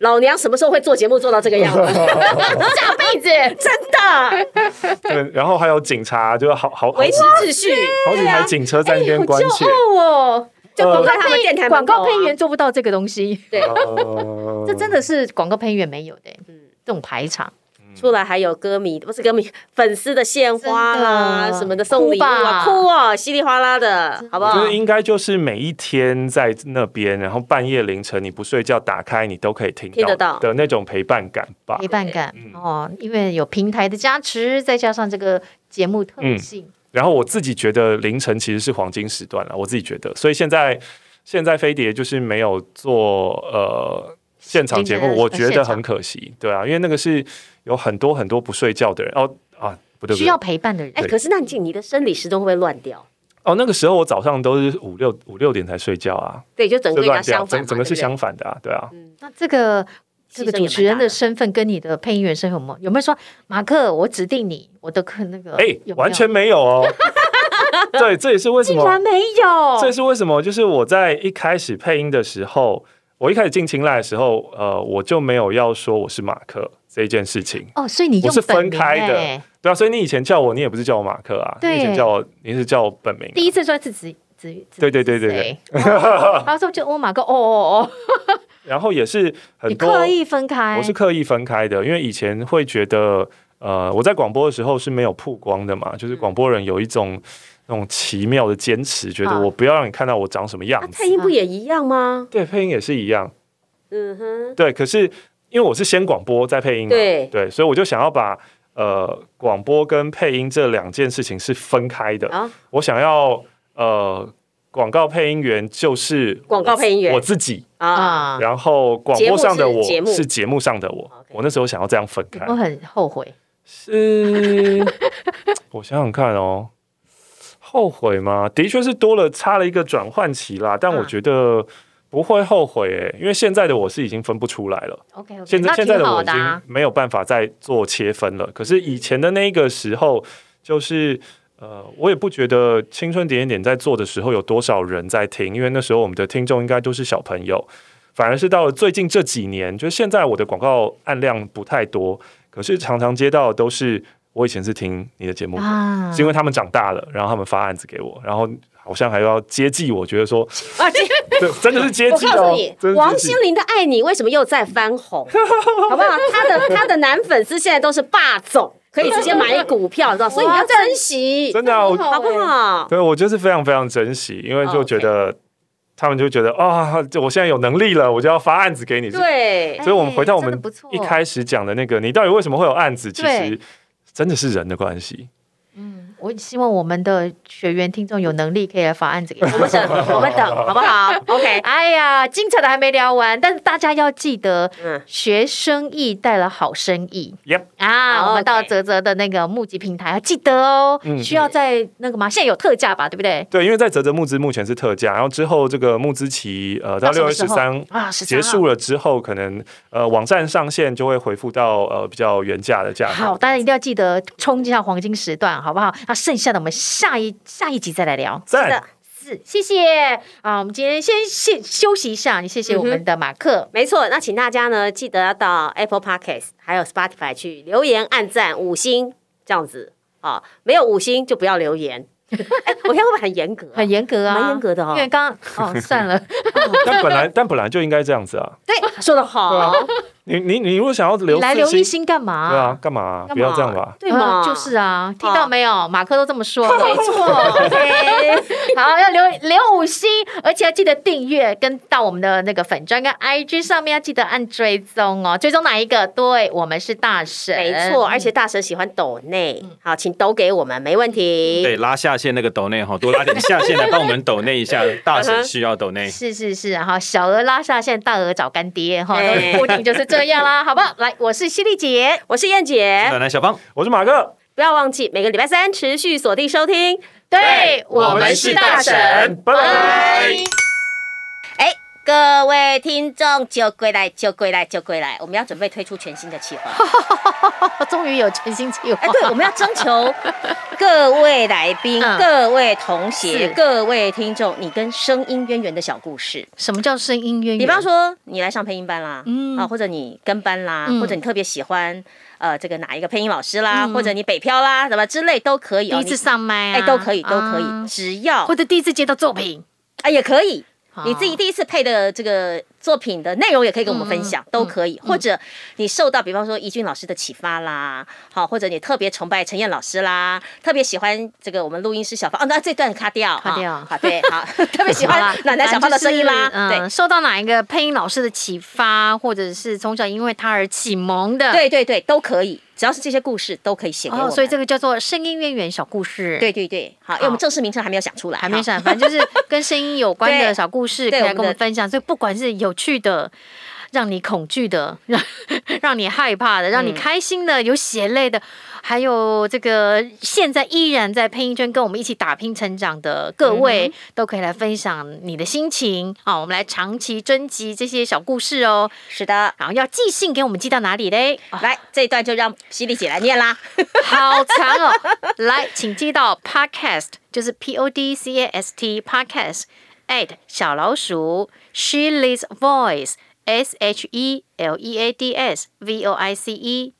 Speaker 4: 老娘什么时候会做节目做到这个样子？ [LAUGHS]
Speaker 5: 下辈子
Speaker 3: [LAUGHS]
Speaker 4: 真的
Speaker 3: 对，然后还有警察，就是好好好
Speaker 4: 维
Speaker 3: 几
Speaker 4: 持啊哎秩序，
Speaker 3: 好几台警车在那边关切。
Speaker 5: 哦，
Speaker 4: 就
Speaker 3: 呃
Speaker 4: 光在他们电台
Speaker 5: 广
Speaker 4: 门口啊
Speaker 5: 告配音员做不到这个东西，
Speaker 4: 对，
Speaker 3: 呃
Speaker 5: 这真的是广告配音员没有的，
Speaker 4: 嗯
Speaker 5: 这种排场。
Speaker 4: 出来还有歌迷不是歌迷粉丝的献花啦
Speaker 5: 真的
Speaker 4: 什么的送礼物啊，
Speaker 5: 哭吧
Speaker 4: 哭哦，稀里哗啦的，好不
Speaker 3: 我
Speaker 4: 好
Speaker 3: 觉？得应该就是每一天在那边，然后半夜凌晨你不睡觉打开，你都可以听
Speaker 4: 听得到
Speaker 3: 的那种陪伴感吧
Speaker 5: 陪。伴感、
Speaker 3: 嗯
Speaker 5: 哦，因为有平台的加持，再加上这个节目特
Speaker 3: 嗯
Speaker 5: 性，
Speaker 3: 然后我自己觉得凌晨其实是黄金时段了，我自己觉得，所以现在现在飞碟就是没有做呃现场节
Speaker 5: 凌
Speaker 3: 目，
Speaker 4: 呃
Speaker 5: 晨
Speaker 3: 我觉
Speaker 5: 现
Speaker 3: 得
Speaker 5: 场
Speaker 3: 很可惜，对啊，因为那个是有很多很多不睡觉的人哦啊，不对不
Speaker 5: 需
Speaker 3: 对
Speaker 5: 要，陪伴的人。
Speaker 4: 哎，
Speaker 3: 对
Speaker 4: 可是那你你的生理时钟会不会乱掉？
Speaker 3: 哦那个时候我早上都是五六五六点才睡觉啊，
Speaker 4: 对，就整
Speaker 3: 就
Speaker 4: 个跟
Speaker 3: 乱
Speaker 4: 人家
Speaker 3: 掉，
Speaker 4: 相
Speaker 3: 整
Speaker 4: 反嘛，
Speaker 3: 整个是
Speaker 4: 对不对
Speaker 3: 相反的啊，对啊，
Speaker 5: 那这个
Speaker 4: 牺牲
Speaker 5: 这
Speaker 4: 也蛮
Speaker 5: 个
Speaker 4: 大的
Speaker 5: 主持人的身份跟你的配音员身份有没有有没有说马克，我指定你，我的课那个
Speaker 3: 哎、
Speaker 5: 有没有
Speaker 3: 完全没有
Speaker 5: [LAUGHS]
Speaker 3: 哦，对，这也是为什
Speaker 5: 竟
Speaker 3: 么
Speaker 5: 然没
Speaker 3: 这
Speaker 5: 有，
Speaker 3: 是为什么？就是我在一开始配音的时候，我一开始进青睐的时候，呃，我就没有要说我是马克这一件事情。
Speaker 5: 哦，所以你
Speaker 3: 我
Speaker 5: 用
Speaker 3: 是
Speaker 5: 本
Speaker 3: 分
Speaker 5: 名
Speaker 3: 开
Speaker 5: 哎
Speaker 3: 的，对啊，所以你以前叫我，你也不是叫我马克啊，你
Speaker 5: 对
Speaker 3: 以前叫我，你是叫我本名啊、
Speaker 5: 第一次说是指指指
Speaker 3: 对对对对对。 [LAUGHS]
Speaker 5: 谁？哦然后说就哦马克，哦哦哦，
Speaker 3: 然后也是很
Speaker 5: 你
Speaker 3: 多，
Speaker 5: 刻意分开，
Speaker 3: 我是刻意分开的，因为以前会觉得，呃，我在广播的时候是没有曝光的嘛，就是广播人有一种那种奇妙的坚持，觉得
Speaker 5: 啊
Speaker 3: 我不要让你看到我长什么样
Speaker 4: 那
Speaker 3: 子
Speaker 4: 配。音不也一样吗？
Speaker 3: 对，配音也是一样。
Speaker 4: 嗯哼，
Speaker 3: 对，可是因为我是先广播再配音嘛，
Speaker 4: 对
Speaker 3: 所以我就想要把呃广播跟配音这两件事情是分开的。
Speaker 4: 啊
Speaker 3: 我想要呃广告配音员就是
Speaker 4: 广告配音员
Speaker 3: 我自己，
Speaker 4: 啊，
Speaker 5: 啊，
Speaker 3: 然后广播上的我
Speaker 4: 节目是节目哦
Speaker 3: 是节目上的我
Speaker 4: OK。哦
Speaker 3: 我那时候想要这样分开
Speaker 5: 我，很后悔。
Speaker 3: 是，我想想看哦。后悔吗？的确是多了差了一个转换期啦，但我
Speaker 5: 嗯
Speaker 3: 觉得不会后悔诶、因为现在的我是已经分不出来了。
Speaker 5: OK，
Speaker 3: 现在现在的我已经
Speaker 5: 啊，
Speaker 3: 没有办法再做切分了。可是以前的那个时候，就是呃，我也不觉得青春点点点在做的时候有多少人在听，因为那时候我们的听众应该都是小朋友。反而是到了最近这几年，就是现在我的广告案量不太多，可是常常接到的都是我以前是听你的节目的，
Speaker 5: 啊
Speaker 3: 是因为他们长大了，然后他们发案子给我，然后好像还要接济，我觉得
Speaker 4: [LAUGHS]
Speaker 3: 说，
Speaker 4: 啊，这
Speaker 3: 对， [LAUGHS] 真的是接
Speaker 4: 我
Speaker 3: 济
Speaker 4: 告
Speaker 3: 哦
Speaker 4: 诉你，
Speaker 3: 真，的是
Speaker 4: 王
Speaker 3: 接济
Speaker 4: 心凌的《爱你》为什么又再翻红？ [LAUGHS] 好不好？她
Speaker 3: [LAUGHS]
Speaker 4: 的她的男粉丝现在都是霸总，可以直接买股票，知道？所以你要珍惜，
Speaker 3: 真的啊我
Speaker 4: 好不好？
Speaker 3: 对，我就是非常非常珍惜，因为
Speaker 4: 哦
Speaker 3: 就觉得、他们就觉得啊，就我现在有能力了，我就要发案子给你。
Speaker 4: 对，
Speaker 3: 所以我们回到我
Speaker 5: 哎
Speaker 3: 们
Speaker 5: 真的不错
Speaker 3: 一开始讲的那个，你到底为什么会有案子？其
Speaker 5: 对
Speaker 3: 实真的是人的关系。
Speaker 5: 我希望我们的学员听众有能力可以来发案子
Speaker 4: [LAUGHS]
Speaker 5: 给
Speaker 4: 我
Speaker 5: 我
Speaker 4: 们等，我们等，好不好？OK，
Speaker 5: 哎呀，精彩的还没聊完，但是大家要记得，
Speaker 4: 嗯
Speaker 5: 学生意带了好生意
Speaker 3: Yep，
Speaker 5: 啊！
Speaker 4: 好
Speaker 5: 我们到
Speaker 4: OK
Speaker 5: 泽泽的那个募集平台要记得哦，
Speaker 3: 嗯
Speaker 5: 需要在那个吗？现在有特价吧，对不对？
Speaker 3: 对，因为在泽泽募资目前是特价，然后之后这个募资期呃到
Speaker 5: 什
Speaker 3: 六
Speaker 5: 么
Speaker 3: 月
Speaker 5: 时
Speaker 3: 十
Speaker 5: 候
Speaker 3: 三
Speaker 5: 啊，13
Speaker 3: 结
Speaker 5: 号
Speaker 3: 束了之后，可能呃网站上线就会回复到呃比较原价的价格。
Speaker 5: 好，大家一定要记得冲一下黄金时段，好不好？那剩下的我们下一下一集再来聊。
Speaker 3: 赞
Speaker 4: 是的
Speaker 5: 字，谢谢啊！我们今天先先休息一下，也谢
Speaker 4: 嗯
Speaker 5: 谢我们的马克。
Speaker 4: 没错，那请大家呢记得要到 Apple Podcast 还有 Spotify 去留言、按赞、五星这样子啊，没有五星就不要留言。 [LAUGHS] 哎、我现在会不会很严格啊、
Speaker 5: 很严格啊，
Speaker 4: 蛮严格的哦
Speaker 5: 因为刚刚
Speaker 4: [LAUGHS]
Speaker 5: 哦，算了，
Speaker 3: 但本来 [LAUGHS] 但本来就应该这样子啊。
Speaker 4: 对，说的好，
Speaker 3: 你你你如果想要留
Speaker 5: 你来
Speaker 3: 四
Speaker 5: 留一
Speaker 3: 星，
Speaker 5: 星干嘛？
Speaker 3: 对啊，干嘛啊、
Speaker 4: 干嘛
Speaker 3: 不要这样吧。
Speaker 4: 对嘛、
Speaker 5: 嗯就是啊，听到没有？马克都这
Speaker 4: [LAUGHS]
Speaker 5: 么说，没错。好，要留留五星，而且要记得订阅，跟到我们的那个粉砖跟 IG 上面要记得按追踪哦。追踪哪一个？对我们是大神，
Speaker 4: 没
Speaker 5: 嗯
Speaker 4: 错，而且大神喜欢抖内，好，请抖给我们，没问题。
Speaker 6: 对，拉下线那个抖内哈，多拉点下线来帮我们抖内一
Speaker 5: [LAUGHS]
Speaker 6: 下，
Speaker 5: 嗯
Speaker 6: 大神需要抖内。
Speaker 5: 是是是，哈，小额拉下线，大额找干爹哈，都
Speaker 4: 哎
Speaker 5: 是固定就是这样
Speaker 4: [LAUGHS]
Speaker 5: 啦，好不好？来，我是犀利姐，
Speaker 4: 我是燕
Speaker 5: 哎
Speaker 4: 姐，
Speaker 6: 奶奶小芳，
Speaker 3: 我是马克，
Speaker 4: 不要忘记每个礼拜三持续锁定收听。
Speaker 5: 对
Speaker 3: 我们是大神拜拜。
Speaker 1: 各位听众，就归来，就归来，就归来！我们要准备推出全新的企划，
Speaker 5: 哦终于有全新计划
Speaker 1: 哎，， [LAUGHS] 对，我们要征求各位来宾、
Speaker 5: 嗯
Speaker 1: 各位同学
Speaker 5: 是、
Speaker 1: 各位听众，你跟声音渊源的小故事。
Speaker 5: 什么叫声音渊
Speaker 1: 比
Speaker 5: 源？
Speaker 1: 方，说，你来上配音班啦，
Speaker 5: 嗯
Speaker 1: 啊，或者你跟班啦，
Speaker 5: 嗯
Speaker 1: 或者你特别喜欢呃这个哪一个配音老师啦，或者你北漂啦，什么之类都可以。
Speaker 5: 第
Speaker 1: 哦
Speaker 5: 一次
Speaker 1: 你
Speaker 5: 上麦、啊，
Speaker 1: 哎，都可以，都可
Speaker 5: 啊
Speaker 1: 以，只要
Speaker 5: 或者第一次接到作品，
Speaker 1: 哎也可以，你自己
Speaker 5: 定
Speaker 1: 第一次配的这个作品的内容也可以跟我们分享，
Speaker 5: 嗯
Speaker 1: 都可以。或者你受到比方说怡君老师的启发啦，好，或者你特别崇拜陈燕老师啦，特别喜欢这个我们录音师小芳，哦，那这段卡掉，
Speaker 5: 卡掉
Speaker 1: 啊，
Speaker 5: 啊
Speaker 1: 好对，好，
Speaker 5: [LAUGHS]
Speaker 1: 特别喜欢奶奶小芳的声音啦，
Speaker 5: 嗯，受到哪一个配音老师的启发，或者是从小因为他而启蒙的，，
Speaker 1: 对，对对对，都可以，只要是这些故事都可以写给我
Speaker 5: 哦，
Speaker 1: 们。
Speaker 5: 所以这个叫做声音渊源小故事，，
Speaker 1: 对对对，好，因为我们正式名称还没有想出来，
Speaker 5: 还没
Speaker 1: 哈
Speaker 5: 闪，反正就是跟声音有关的
Speaker 1: 对
Speaker 5: 小故事，可
Speaker 1: 对
Speaker 5: 以
Speaker 1: 我
Speaker 5: 来
Speaker 1: 们
Speaker 5: 跟我们
Speaker 1: 的
Speaker 5: 分享。所以不管是有趣的。让 [LAUGHS] 你恐惧的，让让你害怕
Speaker 1: 嗯
Speaker 5: 的，让你开心的，有血泪的，还有这个现在依然在配音圈跟我们一起打拼成长的各
Speaker 1: 嗯
Speaker 5: 位，都可以来分享你的心情啊！我们来长期征集这些小故事哦。
Speaker 1: 是的。
Speaker 5: 然后要寄信给我们寄到哪里嘞？啊
Speaker 1: 来，这一段就让犀利姐来念啦。
Speaker 5: 好长哦！来，请寄到 podcast，就是 p o d c a s t podcast at 小老鼠 she leads voice s h e l e a d s v o i c e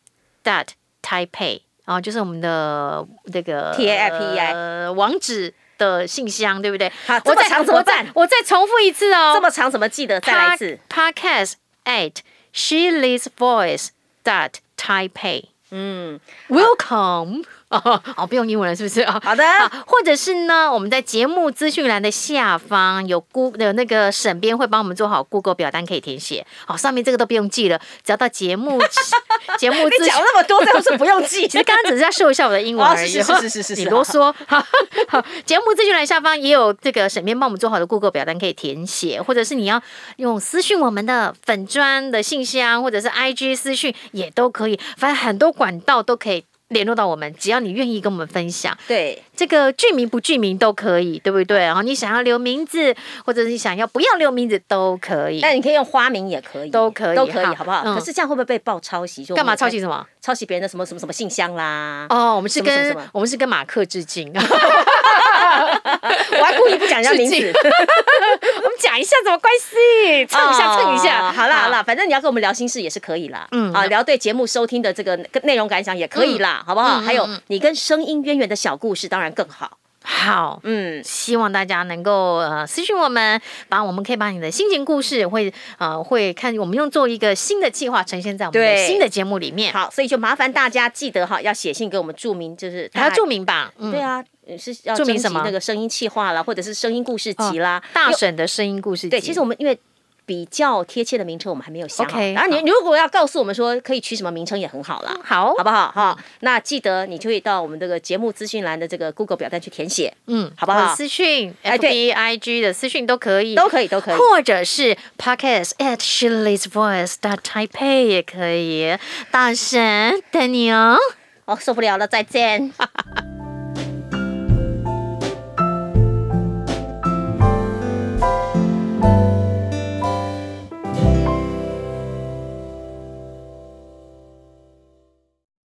Speaker 5: dot taipei，啊，就是我们的这个
Speaker 1: TAIPEI
Speaker 5: 呃网址的信箱，对不对？
Speaker 1: E 好这
Speaker 5: 我
Speaker 1: 么
Speaker 5: 再
Speaker 1: 长怎么
Speaker 5: 我再
Speaker 1: 办
Speaker 5: 我再重复一次哦，
Speaker 1: 这么长怎么记得？再来一次。
Speaker 5: Pa- podcast at she leads voice dot taipei。
Speaker 1: 嗯，
Speaker 5: Welcome [LAUGHS] 哦，哦，不用英文了，是不是啊？
Speaker 1: 好的，
Speaker 5: 啊，或者是呢，我们在节目资讯栏的下方有 Go 有那个沈编会帮我们做好 Google 表单可以填写。好，上面这个都不用记了，只要到节目 [LAUGHS] 节目资
Speaker 1: 你
Speaker 5: 讯
Speaker 1: 讲。那么多，这样是不用记。
Speaker 5: [LAUGHS] 其实刚刚只是在秀一下我的英文而已，
Speaker 1: 哦是是是是是是
Speaker 5: 你啰嗦。好，好节目资讯栏下方也有这个沈编帮我们做好的 Google 表单可以填写，或者是你要用私讯我们的粉砖的信箱，或者是 IG 私讯也都可以，反正很多管道都可以。联络到我们，只要你愿意跟我们分享，
Speaker 1: 对，
Speaker 5: 这个剧名不剧名都可以，对不对？然后你想要留名字，或者是你想要不要留名字都可以。
Speaker 1: 但你可以用花名也可以，
Speaker 5: 都可以
Speaker 1: 都可以，
Speaker 5: 哈
Speaker 1: 好不好？
Speaker 5: 嗯
Speaker 1: 可是这样会不会被爆抄袭？就我们
Speaker 5: 干嘛
Speaker 1: 有
Speaker 5: 抄袭？什么？
Speaker 1: 抄袭别人的什么什么什么信箱啦？
Speaker 5: 哦，我们是
Speaker 1: 什么什么
Speaker 5: 跟
Speaker 1: 什么
Speaker 5: 我们是跟马克
Speaker 1: [LAUGHS]
Speaker 5: 致敬。
Speaker 1: 我还故意不讲人家名
Speaker 5: 致
Speaker 1: 字
Speaker 5: 敬，我们讲一下什么关系？蹭一下，
Speaker 1: 哦
Speaker 5: 蹭一下。
Speaker 1: 好啦好啦，，反正你要跟我们聊心事也是可以啦。
Speaker 5: 嗯
Speaker 1: 嗯啊，聊对节目收听的这个内容感想也可以啦，好不好？
Speaker 5: 嗯嗯
Speaker 1: 还有
Speaker 5: 嗯
Speaker 1: 你跟声音渊源的小故事，当然更好。
Speaker 5: 好。
Speaker 1: 嗯，
Speaker 5: 希望大家能够呃私讯我们，把我们可以把你的心情故事会呃会看，我们用做一个新的计划呈现在我们的
Speaker 1: 对
Speaker 5: 新的节目里面，
Speaker 1: 好，所以就麻烦大家记得哈，要写信给我们注明，就是
Speaker 5: 还要注
Speaker 1: 明。
Speaker 5: 明吧，嗯
Speaker 1: 对，啊，呃是要
Speaker 5: 注明
Speaker 1: 征集
Speaker 5: 什么哦
Speaker 1: 那个声音气化啦，或者是声音故事集啦。
Speaker 5: 大
Speaker 1: 因为
Speaker 5: 婶的声音故事集
Speaker 1: 对，其实我们因为比较贴切的名称我们还没有想好。
Speaker 5: OK，
Speaker 1: 然后
Speaker 5: 好
Speaker 1: 你如果要告诉我们说可以取什么名称也很好啦，
Speaker 5: 好
Speaker 1: 好不好？哈，那记得你就可以到我们这个节目资讯栏的这个 Google 表单去填写，
Speaker 5: 嗯，
Speaker 1: 好不好
Speaker 5: 或者私讯
Speaker 1: 哎
Speaker 5: F B
Speaker 1: 对
Speaker 5: I G 的私讯都可以，
Speaker 1: 都可以，都可以。
Speaker 5: 或者是 podcast at Shirley's Voice dot Taipei 也可以。大神等你哦。
Speaker 1: 哦，受不了了，再见。